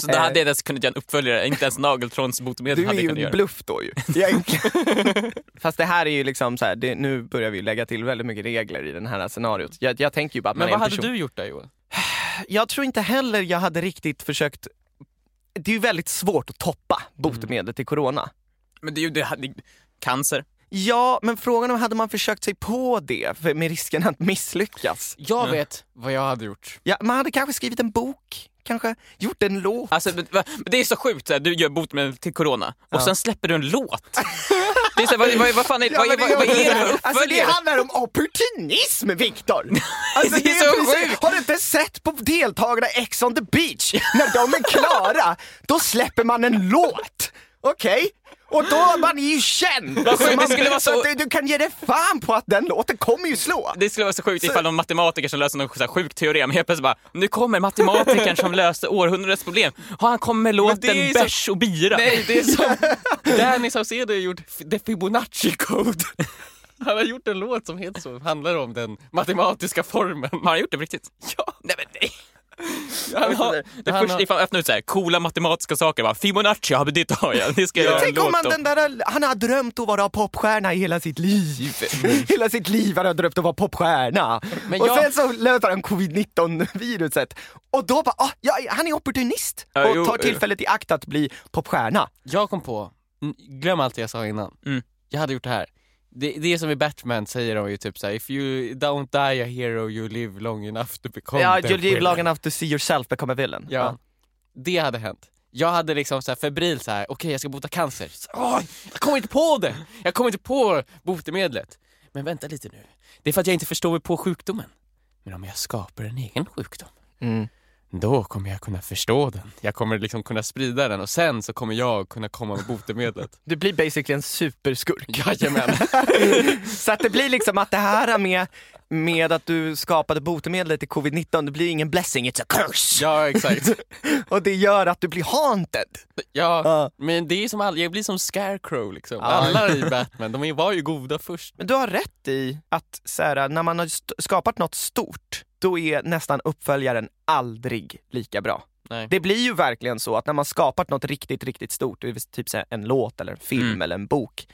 Speaker 3: Så det hade jag ens kunnat göra en uppföljare, inte ens Nageltrons botemedel
Speaker 2: eh, Du är
Speaker 3: hade jag
Speaker 2: ju
Speaker 3: kunnat
Speaker 2: en
Speaker 3: göra.
Speaker 2: bluff då ju. egentligen. Fast det här är ju liksom så här, det, nu börjar vi lägga till väldigt mycket regler i den här scenariot. Jag, jag tänker ju bara att
Speaker 1: Men
Speaker 2: man
Speaker 1: vad
Speaker 2: är en
Speaker 1: hade
Speaker 2: person.
Speaker 1: du gjort där Joel?
Speaker 2: Jag tror inte heller jag hade riktigt försökt det är ju väldigt svårt att toppa botemedlet till corona.
Speaker 3: Men det är ju det, det, cancer.
Speaker 2: Ja, men frågan är om hade man försökt sig på det för, med risken att misslyckas?
Speaker 1: Jag
Speaker 3: Mm.
Speaker 1: vet vad jag hade gjort.
Speaker 2: Ja, man hade kanske skrivit en bok, kanske gjort en låt.
Speaker 3: Alltså, men, va- men det är så sjukt, så här, du gör botemedel till corona och sen släpper du en låt. Det är så här, vad, vad, vad fan är,
Speaker 2: Ja,
Speaker 3: vad,
Speaker 2: men
Speaker 3: vad,
Speaker 2: det
Speaker 3: vad är det
Speaker 2: gör-
Speaker 3: för
Speaker 2: Alltså det
Speaker 3: uppföljare?
Speaker 2: handlar om opportunism, Viktor! Alltså,
Speaker 3: Det är så sjukt.
Speaker 2: Har du inte sett på deltagarna i Ex on the beach? När de är klara, då släpper man en låt! Okej? Och då man är ju känd!
Speaker 3: Vad sjukt,
Speaker 2: man,
Speaker 3: Alltså, det skulle vara så-
Speaker 2: du, du kan ge dig fan på att den låten kommer ju slå!
Speaker 3: Det skulle vara så sjukt ifall någon matematiker som löser någon så här sjuk teorem helt plötsligt bara Nu kommer matematikern som löste århundradets problem. Har han kommit med
Speaker 1: det är
Speaker 3: låten
Speaker 1: ju så-
Speaker 3: bärs och bira?
Speaker 1: Nej, det är som Danny Saucedo har gjort f- The Fibonacci Code. Han har gjort en låt som heter så, handlar om den matematiska formeln.
Speaker 3: Har han gjort det på riktigt? Ja. Nej men nej. Han har, det
Speaker 1: Han
Speaker 3: första
Speaker 1: har-
Speaker 3: ifall han öppnar ut så här coola matematiska saker bara Fibonacci, ja men det har jag. Det ska jag göra en
Speaker 2: Tänk om
Speaker 3: låt
Speaker 2: man
Speaker 3: om.
Speaker 2: den där, han har drömt att vara popstjärna i hela sitt liv. Hela sitt liv har han drömt att vara popstjärna.
Speaker 1: Mm. Men
Speaker 2: och
Speaker 1: jag-
Speaker 2: sen så löser han covid-19-viruset. Och då bara, ah, ja, han är opportunist
Speaker 3: Ja,
Speaker 2: och
Speaker 3: jo,
Speaker 2: tar
Speaker 1: eh.
Speaker 3: jo.
Speaker 2: tillfället i akt att bli popstjärna.
Speaker 1: Jag kom på, n- glöm allt jag sa innan.
Speaker 3: Mm.
Speaker 1: Jag hade gjort det här. Det, det är som i Batman säger de ju typ såhär, if you don't die a hero you live long enough to become the villain."
Speaker 2: enough to see yourself become a villain.
Speaker 1: Ja. Det hade hänt. Jag hade liksom så här febril så här, okej jag ska bota cancer. Så, åh, jag kommer inte på det! Jag kommer inte på botemedlet. Men vänta lite nu. Det är för att jag inte förstår mig på sjukdomen. Men om jag skapar en egen sjukdom,
Speaker 2: Mm.
Speaker 1: då kommer jag kunna förstå den. Jag kommer liksom kunna sprida den och sen så kommer jag kunna komma med botemedlet.
Speaker 2: Du blir basically en superskurk.
Speaker 1: Jajamän.
Speaker 2: Så att det blir liksom att det här med, med att du skapade botemedlet till covid-19, det blir ingen blessing, it's a curse.
Speaker 1: Ja, exakt.
Speaker 2: Och det gör att du blir haunted.
Speaker 1: Ja,
Speaker 2: Ja.
Speaker 1: men det är som all, jag blir som Scarecrow liksom.
Speaker 2: Ja.
Speaker 1: Alla i Batman, de var ju goda först.
Speaker 2: Men du har rätt i att så här, när man har st- skapat något stort, då är nästan uppföljaren aldrig lika bra.
Speaker 1: Nej.
Speaker 2: Det blir ju verkligen så att när man skapat något riktigt, riktigt stort, det vill säga typ så här en låt eller en film
Speaker 3: Mm.
Speaker 2: eller en bok,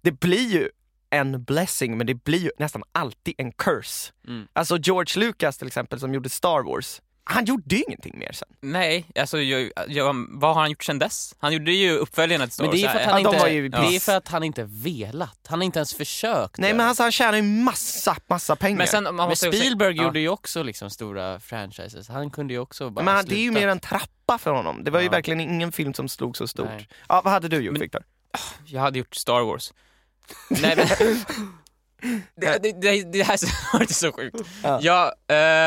Speaker 2: det blir ju en blessing men det blir ju nästan alltid en curse.
Speaker 1: Mm.
Speaker 2: Alltså George Lucas till exempel som gjorde Star Wars, han gjorde ju ingenting mer sen.
Speaker 3: Nej, alltså jag, jag, vad har han gjort sen dess? Han gjorde ju uppföljaren ett
Speaker 1: Men det är, för att
Speaker 2: Ja,
Speaker 1: han
Speaker 2: de var
Speaker 1: inte,
Speaker 2: ju
Speaker 1: det är
Speaker 2: piss.
Speaker 1: för att han inte velat. Han har inte ens försökt.
Speaker 2: Nej
Speaker 1: göra
Speaker 2: men
Speaker 1: det.
Speaker 2: alltså han tjänar ju massa, massa pengar.
Speaker 3: Men sen, man
Speaker 1: men
Speaker 3: måste ju
Speaker 1: Spielberg
Speaker 3: säga,
Speaker 1: gjorde ju också liksom stora franchises. Han kunde ju också bara
Speaker 2: men han- det är ju
Speaker 1: sluta.
Speaker 2: mer en trappa för honom. Det var ju
Speaker 1: Ja.
Speaker 2: verkligen ingen film som slog så stort.
Speaker 1: Nej.
Speaker 2: Ja, vad hade du gjort
Speaker 3: Men-
Speaker 2: Viktor?
Speaker 3: Ja, jag hade gjort Star Wars. Nej, men, det, det, det, det här var inte så sjukt.
Speaker 2: Ja.
Speaker 3: Jag,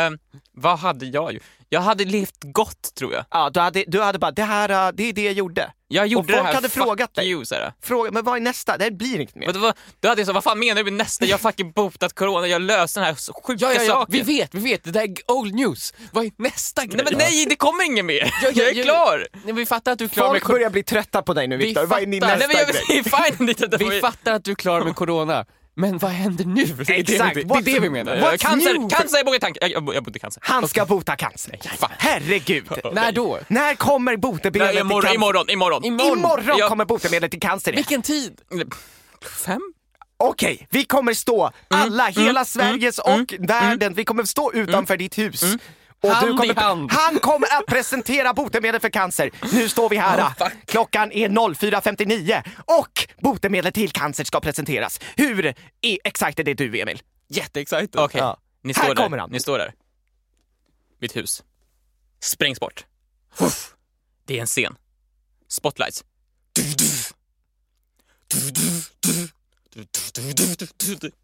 Speaker 3: eh, vad hade jag gjort? Jag hade levt gott tror jag.
Speaker 2: Ja, du, hade, du hade bara, det här eh, det är det jag gjorde.
Speaker 3: Jag gjorde
Speaker 2: Och folk
Speaker 3: det här,
Speaker 2: hade
Speaker 3: fuck
Speaker 2: frågat dig.
Speaker 3: You, så här.
Speaker 2: Fråga, men vad är nästa? Det här blir inte mer.
Speaker 3: Men det var, då hade jag så, vad fan menar du med nästa? Jag har fucking botat corona, jag löser den här så sjuka
Speaker 1: Ja, ja, ja,
Speaker 3: saken.
Speaker 1: vi vet, vi vet. Det där är old news. Vad är nästa grej?
Speaker 3: Nej men nej, det kommer inget mer!
Speaker 1: Ja, ja,
Speaker 3: Jag
Speaker 1: ja.
Speaker 3: är klar!
Speaker 1: Nej, men vi fattar att du är klar med
Speaker 2: Folk
Speaker 1: corona.
Speaker 2: börjar bli trötta på dig nu
Speaker 1: Vi
Speaker 2: Viktor, vad är din
Speaker 1: fattar.
Speaker 2: nästa
Speaker 3: Nej, men jag
Speaker 2: grej?
Speaker 3: vill säga fine, det, det, var
Speaker 1: Vi
Speaker 3: ju-
Speaker 1: fattar att du är klar med corona. Men vad händer nu? Det är
Speaker 2: Exakt.
Speaker 1: det, vi- det, är
Speaker 2: What-
Speaker 1: det vi menar.
Speaker 2: what- What's new?
Speaker 3: Eh, Cancer! Cancer! Jag bodde i tanken. Jag, jag, jag bodde i cancer.
Speaker 2: Han ska bota cancer.
Speaker 1: Fan.
Speaker 2: Herregud.
Speaker 1: När då?
Speaker 2: När kommer botemedlet
Speaker 3: Nej,
Speaker 2: till
Speaker 3: imorgon,
Speaker 2: cancer?
Speaker 3: imorgon, imorgon.
Speaker 1: Imorgon.
Speaker 2: Imorgon
Speaker 3: Ja.
Speaker 2: kommer botemedlet till cancer. igen.
Speaker 1: Vilken tid?
Speaker 3: Fem?
Speaker 2: Okej, vi kommer
Speaker 3: Mm.
Speaker 2: stå, alla, hela Sveriges och världen, vi kommer stå
Speaker 3: Mm.
Speaker 2: utanför ditt hus. Och
Speaker 1: Hand i
Speaker 2: kommer,
Speaker 1: hand.
Speaker 2: Han kommer att presentera botemedel för cancer. Nu står vi här. Klockan är 04.59 och botemedlet till cancer ska presenteras. Hur är excited är du, Emil?
Speaker 1: Jätteexcited.
Speaker 3: Okej,
Speaker 2: Ja.
Speaker 3: ni
Speaker 2: Här
Speaker 3: står där.
Speaker 2: kommer han.
Speaker 3: Ni står där. Mitt hus. Sprängs bort. Det är en scen. Spotlights.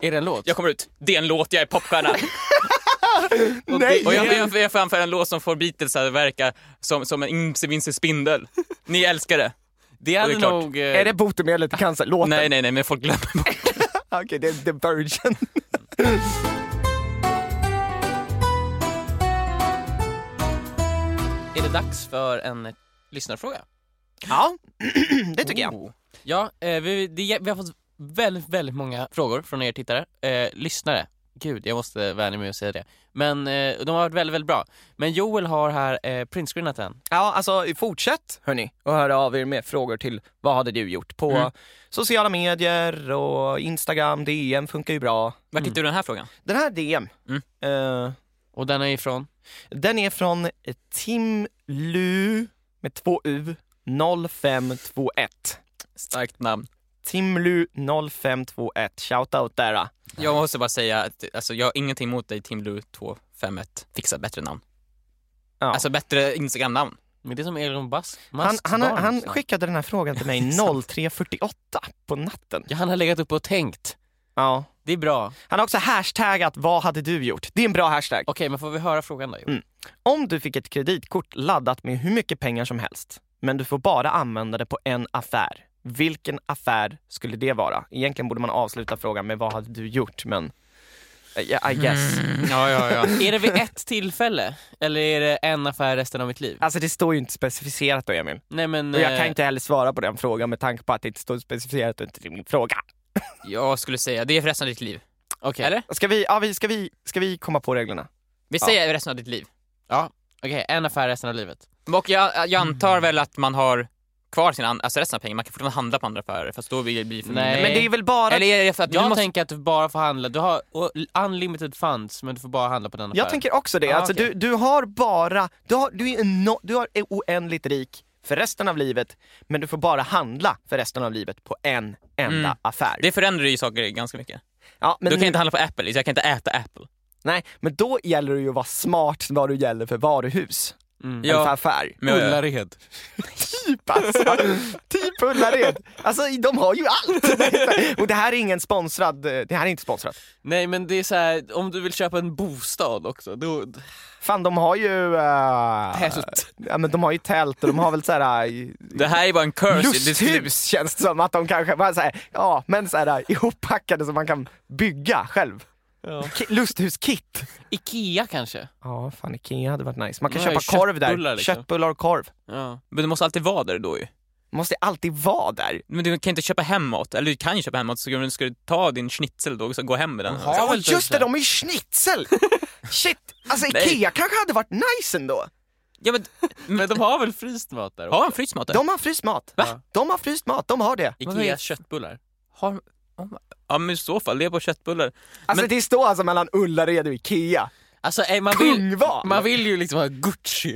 Speaker 1: Är det en låt?
Speaker 3: Jag kommer ut. Det är en låt, jag är popstjärna. Och jag, jag, jag framför en låt som får Beatles att verka som, som en imse spindel. Ni älskar det.
Speaker 1: Det
Speaker 3: Och det
Speaker 1: hade
Speaker 3: är klart.
Speaker 1: nog... eh,
Speaker 2: Är det botemedlet till cancer? Låten?
Speaker 3: Nej, nej, nej, men folk glömmer bort det.
Speaker 2: Okej, det är The Virgin.
Speaker 1: Är det dags för en eh, lyssnarfråga?
Speaker 2: Ja, det tycker jag.
Speaker 1: Oh. Ja, eh, vi, det, vi har fått väldigt, väldigt många frågor från er tittare. Eh, lyssnare. Gud, jag måste vänja mig att säga det. Men eh, de har varit väldigt, väldigt bra. Men Joel har här eh, printscreenat en.
Speaker 2: Ja, alltså fortsätt hörni och höra av er med frågor till vad hade du gjort på
Speaker 3: Mm.
Speaker 2: sociala medier och Instagram, DM funkar ju bra.
Speaker 3: Var hittade du den här frågan?
Speaker 2: Den här DM,
Speaker 3: Mm.
Speaker 2: eh,
Speaker 1: Och den är ifrån...
Speaker 2: den är från Tim Lu med två U 0521.
Speaker 3: Starkt namn.
Speaker 2: Tim Lu 0521, shoutout där. ah.
Speaker 3: Jag måste bara säga att alltså, jag har ingenting emot dig Tim Lu 251. Fixa bättre namn.
Speaker 2: Ja.
Speaker 3: Alltså bättre Instagram-namn.
Speaker 1: Men det är som Elon Musk.
Speaker 2: Han,
Speaker 1: Musks
Speaker 2: han,
Speaker 1: barn,
Speaker 2: han
Speaker 3: alltså.
Speaker 1: liksom.
Speaker 2: skickade den här frågan till mig 03.48 på natten.
Speaker 1: ja, han har legat uppe och tänkt.
Speaker 2: Ja.
Speaker 1: Det är bra. Okej,
Speaker 2: Han har också hashtaggat vad hade du gjort? Det är en bra hashtag.
Speaker 1: men får vi höra frågan då? Joel?
Speaker 2: Om du fick ett kreditkort laddat med hur mycket pengar som helst, men du får bara använda det på en affär. Vilken affär skulle det vara? Egentligen borde man avsluta frågan med vad hade du gjort, men eh, I, I guess.
Speaker 1: Mm.
Speaker 3: Ja, ja, ja.
Speaker 1: Är det vid ett tillfälle? Eller är det en affär resten av mitt liv?
Speaker 2: Alltså det står ju inte specificerat då Emil.
Speaker 1: Nej men...
Speaker 2: Och jag
Speaker 1: eh,
Speaker 2: kan inte heller svara på den frågan med tanke på att det inte står specificerat och inte till min fråga.
Speaker 3: Jag skulle säga, det är för resten av ditt liv.
Speaker 1: okej.
Speaker 3: Eller?
Speaker 2: Ska vi, ja, vi, ska vi, ska vi komma på reglerna?
Speaker 3: Vi
Speaker 2: Ja.
Speaker 3: säger resten av ditt liv.
Speaker 1: Ja, okej. En affär resten av livet.
Speaker 3: Och jag,
Speaker 2: Mm.
Speaker 3: jag antar väl att man har kvar sina, an- alltså resten av pengarna. Man kan fortfarande handla på andra affärer fast då blir det för
Speaker 1: Nej.
Speaker 3: mindre.
Speaker 2: Men det är väl bara...
Speaker 3: Eller är det för att du
Speaker 1: Jag
Speaker 3: måste...
Speaker 1: tänker att du bara får handla, du har o- unlimited funds men du får bara handla på den affären.
Speaker 2: Jag tänker också det.
Speaker 3: Ah,
Speaker 1: Ja,
Speaker 2: alltså,
Speaker 1: okej.
Speaker 2: du, du har bara, du, har, du, är no, du har är oändligt rik för resten av livet, men du får bara handla för resten av livet på en enda
Speaker 3: Mm.
Speaker 2: affär.
Speaker 3: Det förändrar ju saker ganska mycket.
Speaker 2: ja, men,
Speaker 3: då kan jag
Speaker 2: nu-
Speaker 3: inte handla på Apple, så jag kan inte äta Apple.
Speaker 2: Nej, men då gäller det ju att vara smart vad du gäller för varuhus.
Speaker 1: Mm.
Speaker 2: Ja. Eller för
Speaker 3: Ja,
Speaker 2: affär.
Speaker 3: men jag-
Speaker 1: Ullared.
Speaker 2: Typ alltså. typ Ullared. Alltså de har ju allt. Och det här är ingen sponsrad, eh, det här är inte sponsrat.
Speaker 1: Nej men det är så här, om du vill köpa en bostad också, då...
Speaker 2: Fan de har ju... eh,
Speaker 1: Tält.
Speaker 2: Ja men de har ju tält och de har väl eh, såhär...
Speaker 3: Det här är bara en curse. Det skulle-
Speaker 2: lusthus känns det som att de kanske bara såhär, ja men såhär ihoppackade som man kan bygga själv.
Speaker 1: Ja.
Speaker 2: Ki- Lusthuskit.
Speaker 1: Ikea kanske?
Speaker 2: Ja, fan Ikea hade varit nice. Man kan
Speaker 1: Ja,
Speaker 2: köpa korv
Speaker 1: köttbullar,
Speaker 2: där.
Speaker 1: liksom.
Speaker 2: Köttbullar och korv.
Speaker 1: Ja.
Speaker 3: Men du måste alltid vara där då ju.
Speaker 2: Måste alltid vara där.
Speaker 3: Men du kan inte köpa hem mat. Eller du kan ju köpa hem mat, så ska du- ska du ta din schnitzel då och så gå hem med den.
Speaker 1: Jaha.
Speaker 2: Ja,
Speaker 1: väl typ
Speaker 2: just det,
Speaker 1: så här.
Speaker 2: de är ju schnitzel! Shit, alltså
Speaker 3: Nej.
Speaker 2: Ikea kanske hade varit nice ändå.
Speaker 3: Ja, men,
Speaker 1: Men de har väl fryst mat där? också?
Speaker 3: har han fryst mat där?
Speaker 2: De har fryst mat.
Speaker 1: Va?
Speaker 2: De har fryst mat, de har det.
Speaker 3: Vad
Speaker 1: Ikeas
Speaker 3: vet-
Speaker 1: köttbullar?
Speaker 3: Har... om- Ja men i så fall, det är på köttbullar.
Speaker 2: Alltså
Speaker 3: Men-
Speaker 2: det står alltså mellan Ullared och Ikea.
Speaker 1: Alltså eh, man, vill,
Speaker 2: Kungval!
Speaker 1: man vill ju liksom ha Gucci,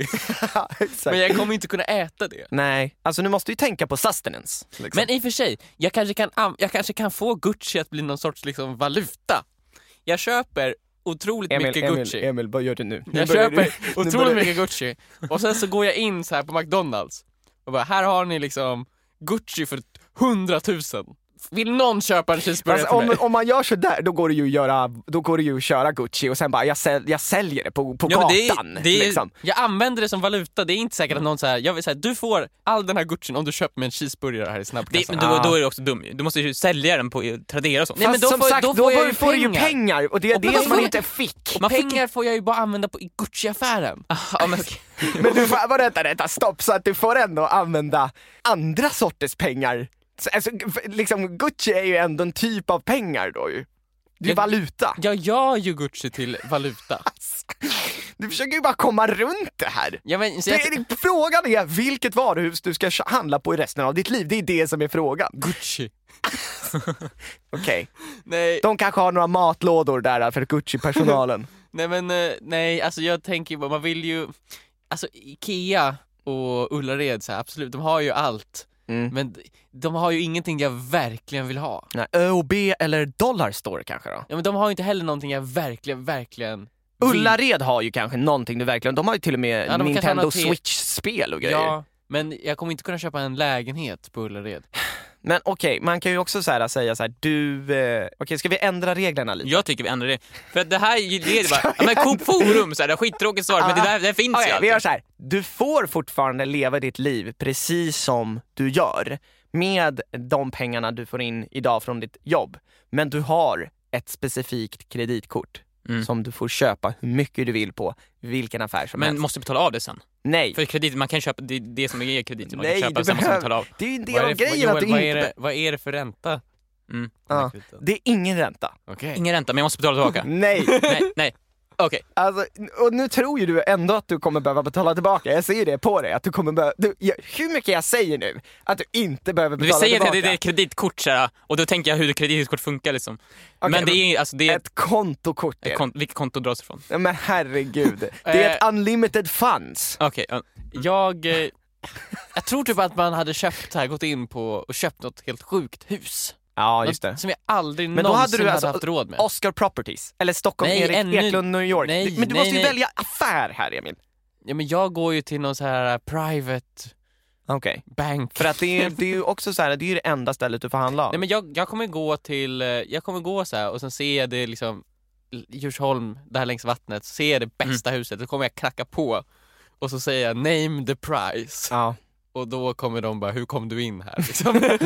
Speaker 2: Exakt.
Speaker 1: men jag kommer inte kunna äta det. liksom.
Speaker 2: Nej, alltså nu måste du ju tänka på sustenance. Liksom.
Speaker 1: Men i och för sig, jag kanske kan, am- jag kanske kan få Gucci att bli någon sorts liksom valuta. Jag köper otroligt
Speaker 2: Emil,
Speaker 1: mycket
Speaker 2: Emil,
Speaker 1: Gucci.
Speaker 2: Emil, vad gör du nu? nu
Speaker 1: Jag
Speaker 2: börjar
Speaker 1: köper
Speaker 2: du- nu börjar
Speaker 1: otroligt
Speaker 2: du-
Speaker 1: mycket Gucci och sen så går jag in så här på McDonalds och bara här har ni liksom Gucci för 100 000. Vill någon köpa en cheeseburgare
Speaker 2: Alltså,
Speaker 1: till
Speaker 2: om,
Speaker 1: mig?
Speaker 2: om man gör sådär, då går det ju att göra, då går det ju att köra Gucci och sen bara, jag, säl, jag säljer det på, på
Speaker 3: Ja, men det är-
Speaker 2: gatan.
Speaker 3: det är-
Speaker 2: liksom.
Speaker 1: Jag använder det som valuta, det är inte säkert att någon säger jag vill säga du får all den här Gucci om du köper mig en cheeseburgare här i
Speaker 3: Det, men
Speaker 1: snabbkassan.
Speaker 3: då,
Speaker 2: Ah.
Speaker 3: då är det också dum ju. Du måste ju sälja den på Tradera och sånt.
Speaker 1: Alltså, Nej, men
Speaker 2: Fast
Speaker 1: då
Speaker 2: som
Speaker 1: får-
Speaker 2: sagt,
Speaker 1: då
Speaker 2: då,
Speaker 1: får jag ju
Speaker 2: får du ju
Speaker 1: pengar.
Speaker 2: pengar och det är
Speaker 1: Och
Speaker 2: det
Speaker 1: men
Speaker 2: som man
Speaker 1: får-
Speaker 2: inte fick.
Speaker 1: Man Ah. pengar får jag ju bara använda på i Gucci-affären.
Speaker 3: Ja, men, okej.
Speaker 2: Men du får, vänta, vänta, vänta, stopp, så att du får ändå använda andra sorters pengar. Så, Alltså, g- f- liksom, Gucci är ju ändå en typ av pengar då ju. Det är ju
Speaker 1: Jag-
Speaker 2: valuta.
Speaker 1: Jag gör ju Gucci till valuta.
Speaker 2: Du försöker ju bara komma runt det här.
Speaker 1: Ja, men, så
Speaker 2: Det
Speaker 1: jag,
Speaker 2: är, frågan är vilket varuhus du ska handla på i resten av ditt liv. Det är det som är frågan.
Speaker 1: Gucci.
Speaker 2: Okej.
Speaker 1: Nej,
Speaker 2: De kanske har några matlådor där för Gucci-personalen.
Speaker 1: nej men eh, nej, alltså jag tänker ju bara, man vill ju, alltså Ikea och Ullared så här, absolut, de har ju allt.
Speaker 2: Mm.
Speaker 1: Men d- de har ju ingenting jag verkligen vill ha.
Speaker 2: Nej, ÖoB eller Dollarstore kanske då?
Speaker 1: Ja, men de har ju inte heller någonting jag verkligen, verkligen vill.
Speaker 2: Ullared har ju kanske någonting du verkligen, de har ju till och med
Speaker 1: Ja, de kanske har
Speaker 2: Nintendo
Speaker 1: något te-
Speaker 2: Switch-spel och grejer.
Speaker 1: Ja, men jag kommer inte kunna köpa en lägenhet på Ullared.
Speaker 2: Men okej, man kan ju också så här, säga så här, du, eh, okej ska vi ändra reglerna lite?
Speaker 3: Jag tycker vi ändrar det. För att det här leder bara... Ja, men Coop Forum, så här, det är skittråkigt svar, men det där det finns
Speaker 2: Okej,
Speaker 3: ju
Speaker 2: vi
Speaker 3: alltid.
Speaker 2: gör så här. Du får fortfarande leva ditt liv precis som du gör med de pengarna du får in idag från ditt jobb. Men du har ett specifikt kreditkort
Speaker 3: Mm.
Speaker 2: som du får köpa hur mycket du vill på vilken affär som
Speaker 3: Men
Speaker 2: helst.
Speaker 3: måste betala av det sen.
Speaker 2: Nej,
Speaker 3: För kredit, man kan köpa, det är det som är kredit. Man
Speaker 2: Nej,
Speaker 3: kan köpa
Speaker 2: du
Speaker 3: samma som
Speaker 2: behöver-
Speaker 3: man betalar av.
Speaker 2: det är ju en del
Speaker 1: Vad är
Speaker 2: av
Speaker 1: det-
Speaker 2: grejen
Speaker 1: vad-
Speaker 2: att du
Speaker 1: vad
Speaker 2: inte... Ah.
Speaker 1: är det, vad är det för ränta?
Speaker 3: Mm.
Speaker 1: på den här
Speaker 2: Ja.
Speaker 1: kvitton?
Speaker 2: Det är ingen ränta.
Speaker 1: Okej.
Speaker 3: Ingen ränta, men jag måste betala tillbaka.
Speaker 2: Nej,
Speaker 3: nej, nej. Okej.
Speaker 2: alltså, och nu tror ju du ändå att du kommer behöva betala tillbaka. Jag ser ju det på dig. Att du kommer behöva, du, jag, hur mycket jag säger nu att du inte behöver
Speaker 3: Men vi
Speaker 2: betala
Speaker 3: säger att
Speaker 2: tillbaka.
Speaker 3: det är ett kreditkort så här, och då tänker jag hur kreditkort funkar liksom.
Speaker 2: Okej,
Speaker 3: men det är alltså, det är ett,
Speaker 2: Ett kontokort. är det.
Speaker 3: kont- vilket konto dras ifrån?
Speaker 2: Nej, Men herregud, det är ett unlimited funds.
Speaker 3: Okej, ja.
Speaker 1: Jag, eh, jag tror typ att man hade köpt här, gått in på och köpt något helt sjukt hus.
Speaker 2: Ja,
Speaker 1: Något Som jag aldrig
Speaker 2: Men då hade
Speaker 1: någonsin
Speaker 2: du alltså-
Speaker 1: hade haft råd med.
Speaker 2: Oscar Properties, eller Stockholm,
Speaker 1: Nej,
Speaker 2: Erik
Speaker 1: ännu-
Speaker 2: Eklund, New York.
Speaker 1: Nej,
Speaker 2: Men
Speaker 1: nej,
Speaker 2: du måste ju
Speaker 1: nej.
Speaker 2: välja affär här Emil.
Speaker 1: Ja, men jag går ju till någon så här eh, private
Speaker 2: Okej.
Speaker 1: bank.
Speaker 2: För att det är, det är ju också så här, det är ju det enda stället du får handla av.
Speaker 1: Nej, men jag, jag kommer gå till, eh, jag kommer gå så här och sen ser jag det liksom L- Djursholm, där längs vattnet, så ser jag det
Speaker 2: Mm.
Speaker 1: bästa huset, då kommer jag knacka på och så säger jag name the price
Speaker 2: Ja.
Speaker 1: och då kommer de bara hur kom du in här liksom.
Speaker 2: Nej,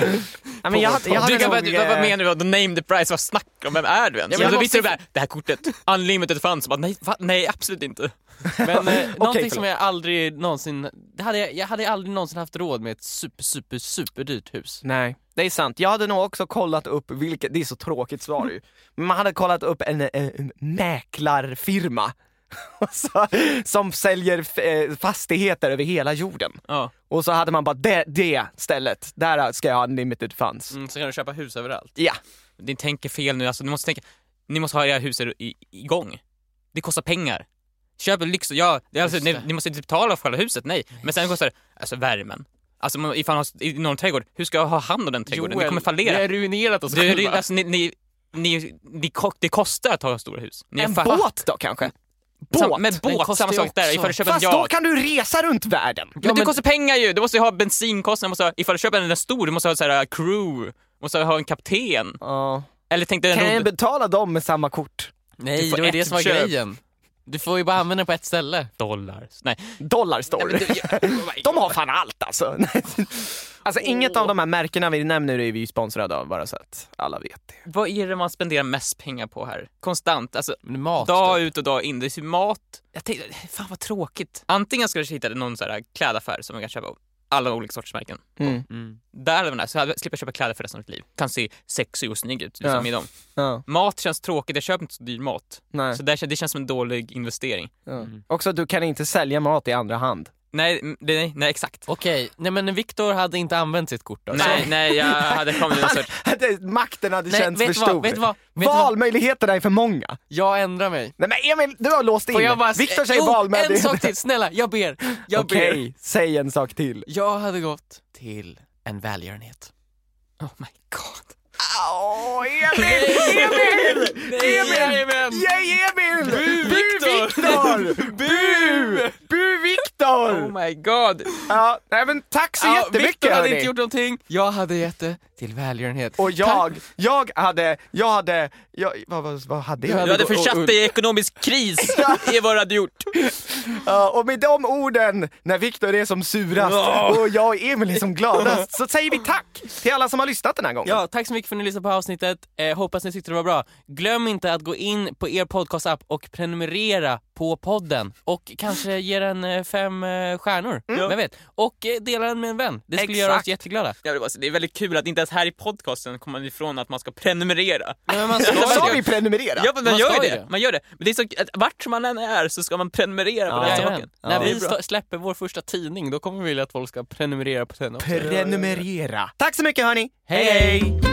Speaker 2: men jag, hade- jag hade
Speaker 3: du
Speaker 2: nog,
Speaker 3: kan bara, du, vad, vad
Speaker 2: eh,
Speaker 3: menar du? Vadå, Name the price, vad snackar du om? Vem är du
Speaker 1: Ja,
Speaker 3: ens? Ja,
Speaker 1: men
Speaker 3: men då
Speaker 1: jag
Speaker 3: visste du
Speaker 1: måste-
Speaker 3: bara, det här kortet, unlimited funds. Bara, nej, va? nej, absolut inte.
Speaker 1: Men eh, någonting
Speaker 2: förlåt.
Speaker 1: som jag aldrig någonsin, det hade jag, jag hade aldrig någonsin haft råd med ett super super super dyrt hus.
Speaker 2: Nej, det är sant. Jag hade nog också kollat upp, vilket, det är så tråkigt svar ju, men man hade kollat upp en, eh, en mäklarfirma Och så- som säljer f- eh, fastigheter över hela jorden.
Speaker 3: Ja.
Speaker 2: Och så hade man bara det, det stället, där ska jag ha unlimited funds.
Speaker 1: Mm, så kan du köpa hus överallt.
Speaker 2: Ja,
Speaker 3: Ni tänker fel nu, alltså, ni måste tänka, ni måste ha era hus i- i- igång. Det kostar pengar. Köp en lyx, ja, det, är alltså,
Speaker 1: Just
Speaker 3: ni,
Speaker 1: det.
Speaker 3: ni måste inte betala för själva huset, nej. Men sen kostar det, alltså värmen. Alltså man- ifall man har en enorm trädgård, hur ska jag ha hand om den trädgården? det kommer fallera.
Speaker 1: vi har ruinerat oss
Speaker 3: Det, det,
Speaker 1: själva.
Speaker 3: alltså, ni, ni, ni, ni, ko- det kostar att ha stora hus. Ni har
Speaker 2: en
Speaker 3: fa-
Speaker 2: båt då kanske?
Speaker 3: Sam,
Speaker 2: Båt!
Speaker 3: men
Speaker 1: Den
Speaker 3: båt,
Speaker 1: kostar
Speaker 3: samma
Speaker 1: ju
Speaker 3: sak där.
Speaker 1: också.
Speaker 3: Ifall du köper en
Speaker 2: Fast då
Speaker 3: yacht.
Speaker 2: kan du resa runt världen!
Speaker 3: Men,
Speaker 1: men-
Speaker 3: det kostar pengar ju! Du måste ju ha bensinkostnader, du måste ha, ifall du köper en stor, du måste ha så här crew, du måste ha en kapten.
Speaker 2: Ja.
Speaker 3: Eller tänk dig en
Speaker 2: Kan jag
Speaker 3: rodd-
Speaker 2: betala dem med samma kort?
Speaker 1: Nej,
Speaker 3: Du får
Speaker 1: det var det
Speaker 3: ett
Speaker 1: som var
Speaker 3: köp.
Speaker 1: grejen. Du får ju bara använda det på ett ställe.
Speaker 3: dollar. Nej.
Speaker 2: Dollar står
Speaker 3: Men det-
Speaker 2: De har fan allt alltså. alltså
Speaker 1: Mm.
Speaker 2: inget av de här märkena vi nämner är vi ju sponsrade av bara så att alla vet det.
Speaker 3: Vad är det man spenderar mest pengar på här? Konstant, alltså
Speaker 1: Men Mat.
Speaker 3: dag ut och dag in. Det är ju mat. Jag tänkte, fan vad tråkigt. Antingen ska du hitta någon så här klädaffär som man kan köpa alla olika sorters märken.
Speaker 1: Mm.
Speaker 3: Där eller där, så jag slipper köpa kläder för resten av mitt liv. Kan se sexig och snygg ut liksom,
Speaker 2: Ja.
Speaker 3: i dem.
Speaker 2: Ja,
Speaker 3: Mat känns tråkigt, jag köper inte så dyr mat.
Speaker 2: nej.
Speaker 3: Så där, kän- det känns som en dålig investering.
Speaker 2: Ja.
Speaker 1: Mm.
Speaker 2: Också du kan inte sälja mat i andra hand.
Speaker 3: Nej, m- det- nej, nej exakt.
Speaker 1: Okej, nej men Viktor hade inte använt sitt kort då.
Speaker 3: Nej, nej, jag hade kommit med en sorts...
Speaker 2: Det- Makten hade
Speaker 1: Nej,
Speaker 2: känts
Speaker 1: vet
Speaker 2: för
Speaker 1: du vad,
Speaker 2: stor.
Speaker 1: vet du vad, vet du vad?
Speaker 2: Valmöjligheterna är för många.
Speaker 1: Jag ändrar mig.
Speaker 2: Nej men Emil, du har låst in.
Speaker 1: Får jag bara... eh,
Speaker 2: Viktor säger
Speaker 1: Jo, En
Speaker 2: valmöjligheter.
Speaker 1: sak till, snälla, jag ber. Jag
Speaker 2: Okej,
Speaker 1: ber.
Speaker 2: säg en sak till.
Speaker 1: Jag hade gått till en välgörenhet.
Speaker 3: Oh my god.
Speaker 2: Åh, Emil! Emil! Emil! Yay Emil! Bu
Speaker 3: Viktor!
Speaker 2: Viktor! Bu! Bu Viktor!
Speaker 3: Oh my god.
Speaker 2: Ja, nej men tack så
Speaker 1: Ja,
Speaker 2: jättemycket
Speaker 1: Viktor hade
Speaker 2: hörni.
Speaker 1: inte gjort någonting. Jag hade gett det till välgörenhet.
Speaker 2: Och jag, jag hade, jag hade, jag, vad, vad, vad hade jag?
Speaker 1: Du
Speaker 3: Du hade
Speaker 1: Och- och-
Speaker 3: försatt dig i ekonomisk kris. Det är vad du hade gjort.
Speaker 2: Ja, och med de orden, när Viktor är som surast och jag och Emil är som gladast, så säger vi tack till alla som har lyssnat den här gången.
Speaker 1: Ja, tack så mycket för att ni lyssnade på avsnittet. Eh, hoppas ni tyckte det var bra. Glöm inte att gå in på er podcastapp och prenumerera på podden och kanske ge den eh, fem eh, stjärnor. Vem vet? Och eh, dela den med en vän. Det skulle göra oss
Speaker 3: Mm. Exakt.
Speaker 1: jätteglada.
Speaker 3: Jag vill bara säga, Det är väldigt kul att inte ens här i podcasten kommer man ifrån att man ska prenumerera.
Speaker 1: Nej, men man ska
Speaker 3: Jag
Speaker 2: Sa
Speaker 1: ju-
Speaker 2: vi prenumerera?
Speaker 3: Ja, men man,
Speaker 1: Man
Speaker 3: gör ju
Speaker 1: ska
Speaker 3: det.
Speaker 1: ju det.
Speaker 3: Man gör det. Men det är så, att vart man än är så ska man prenumerera på den
Speaker 1: Jajamän.
Speaker 3: saken.
Speaker 1: När
Speaker 3: Det är
Speaker 1: vi
Speaker 3: bra.
Speaker 1: sta- släpper vår första tidning då kommer vi vilja att folk ska prenumerera på den också.
Speaker 2: Prenumerera. Tack så mycket hörni.
Speaker 1: Hej, hej!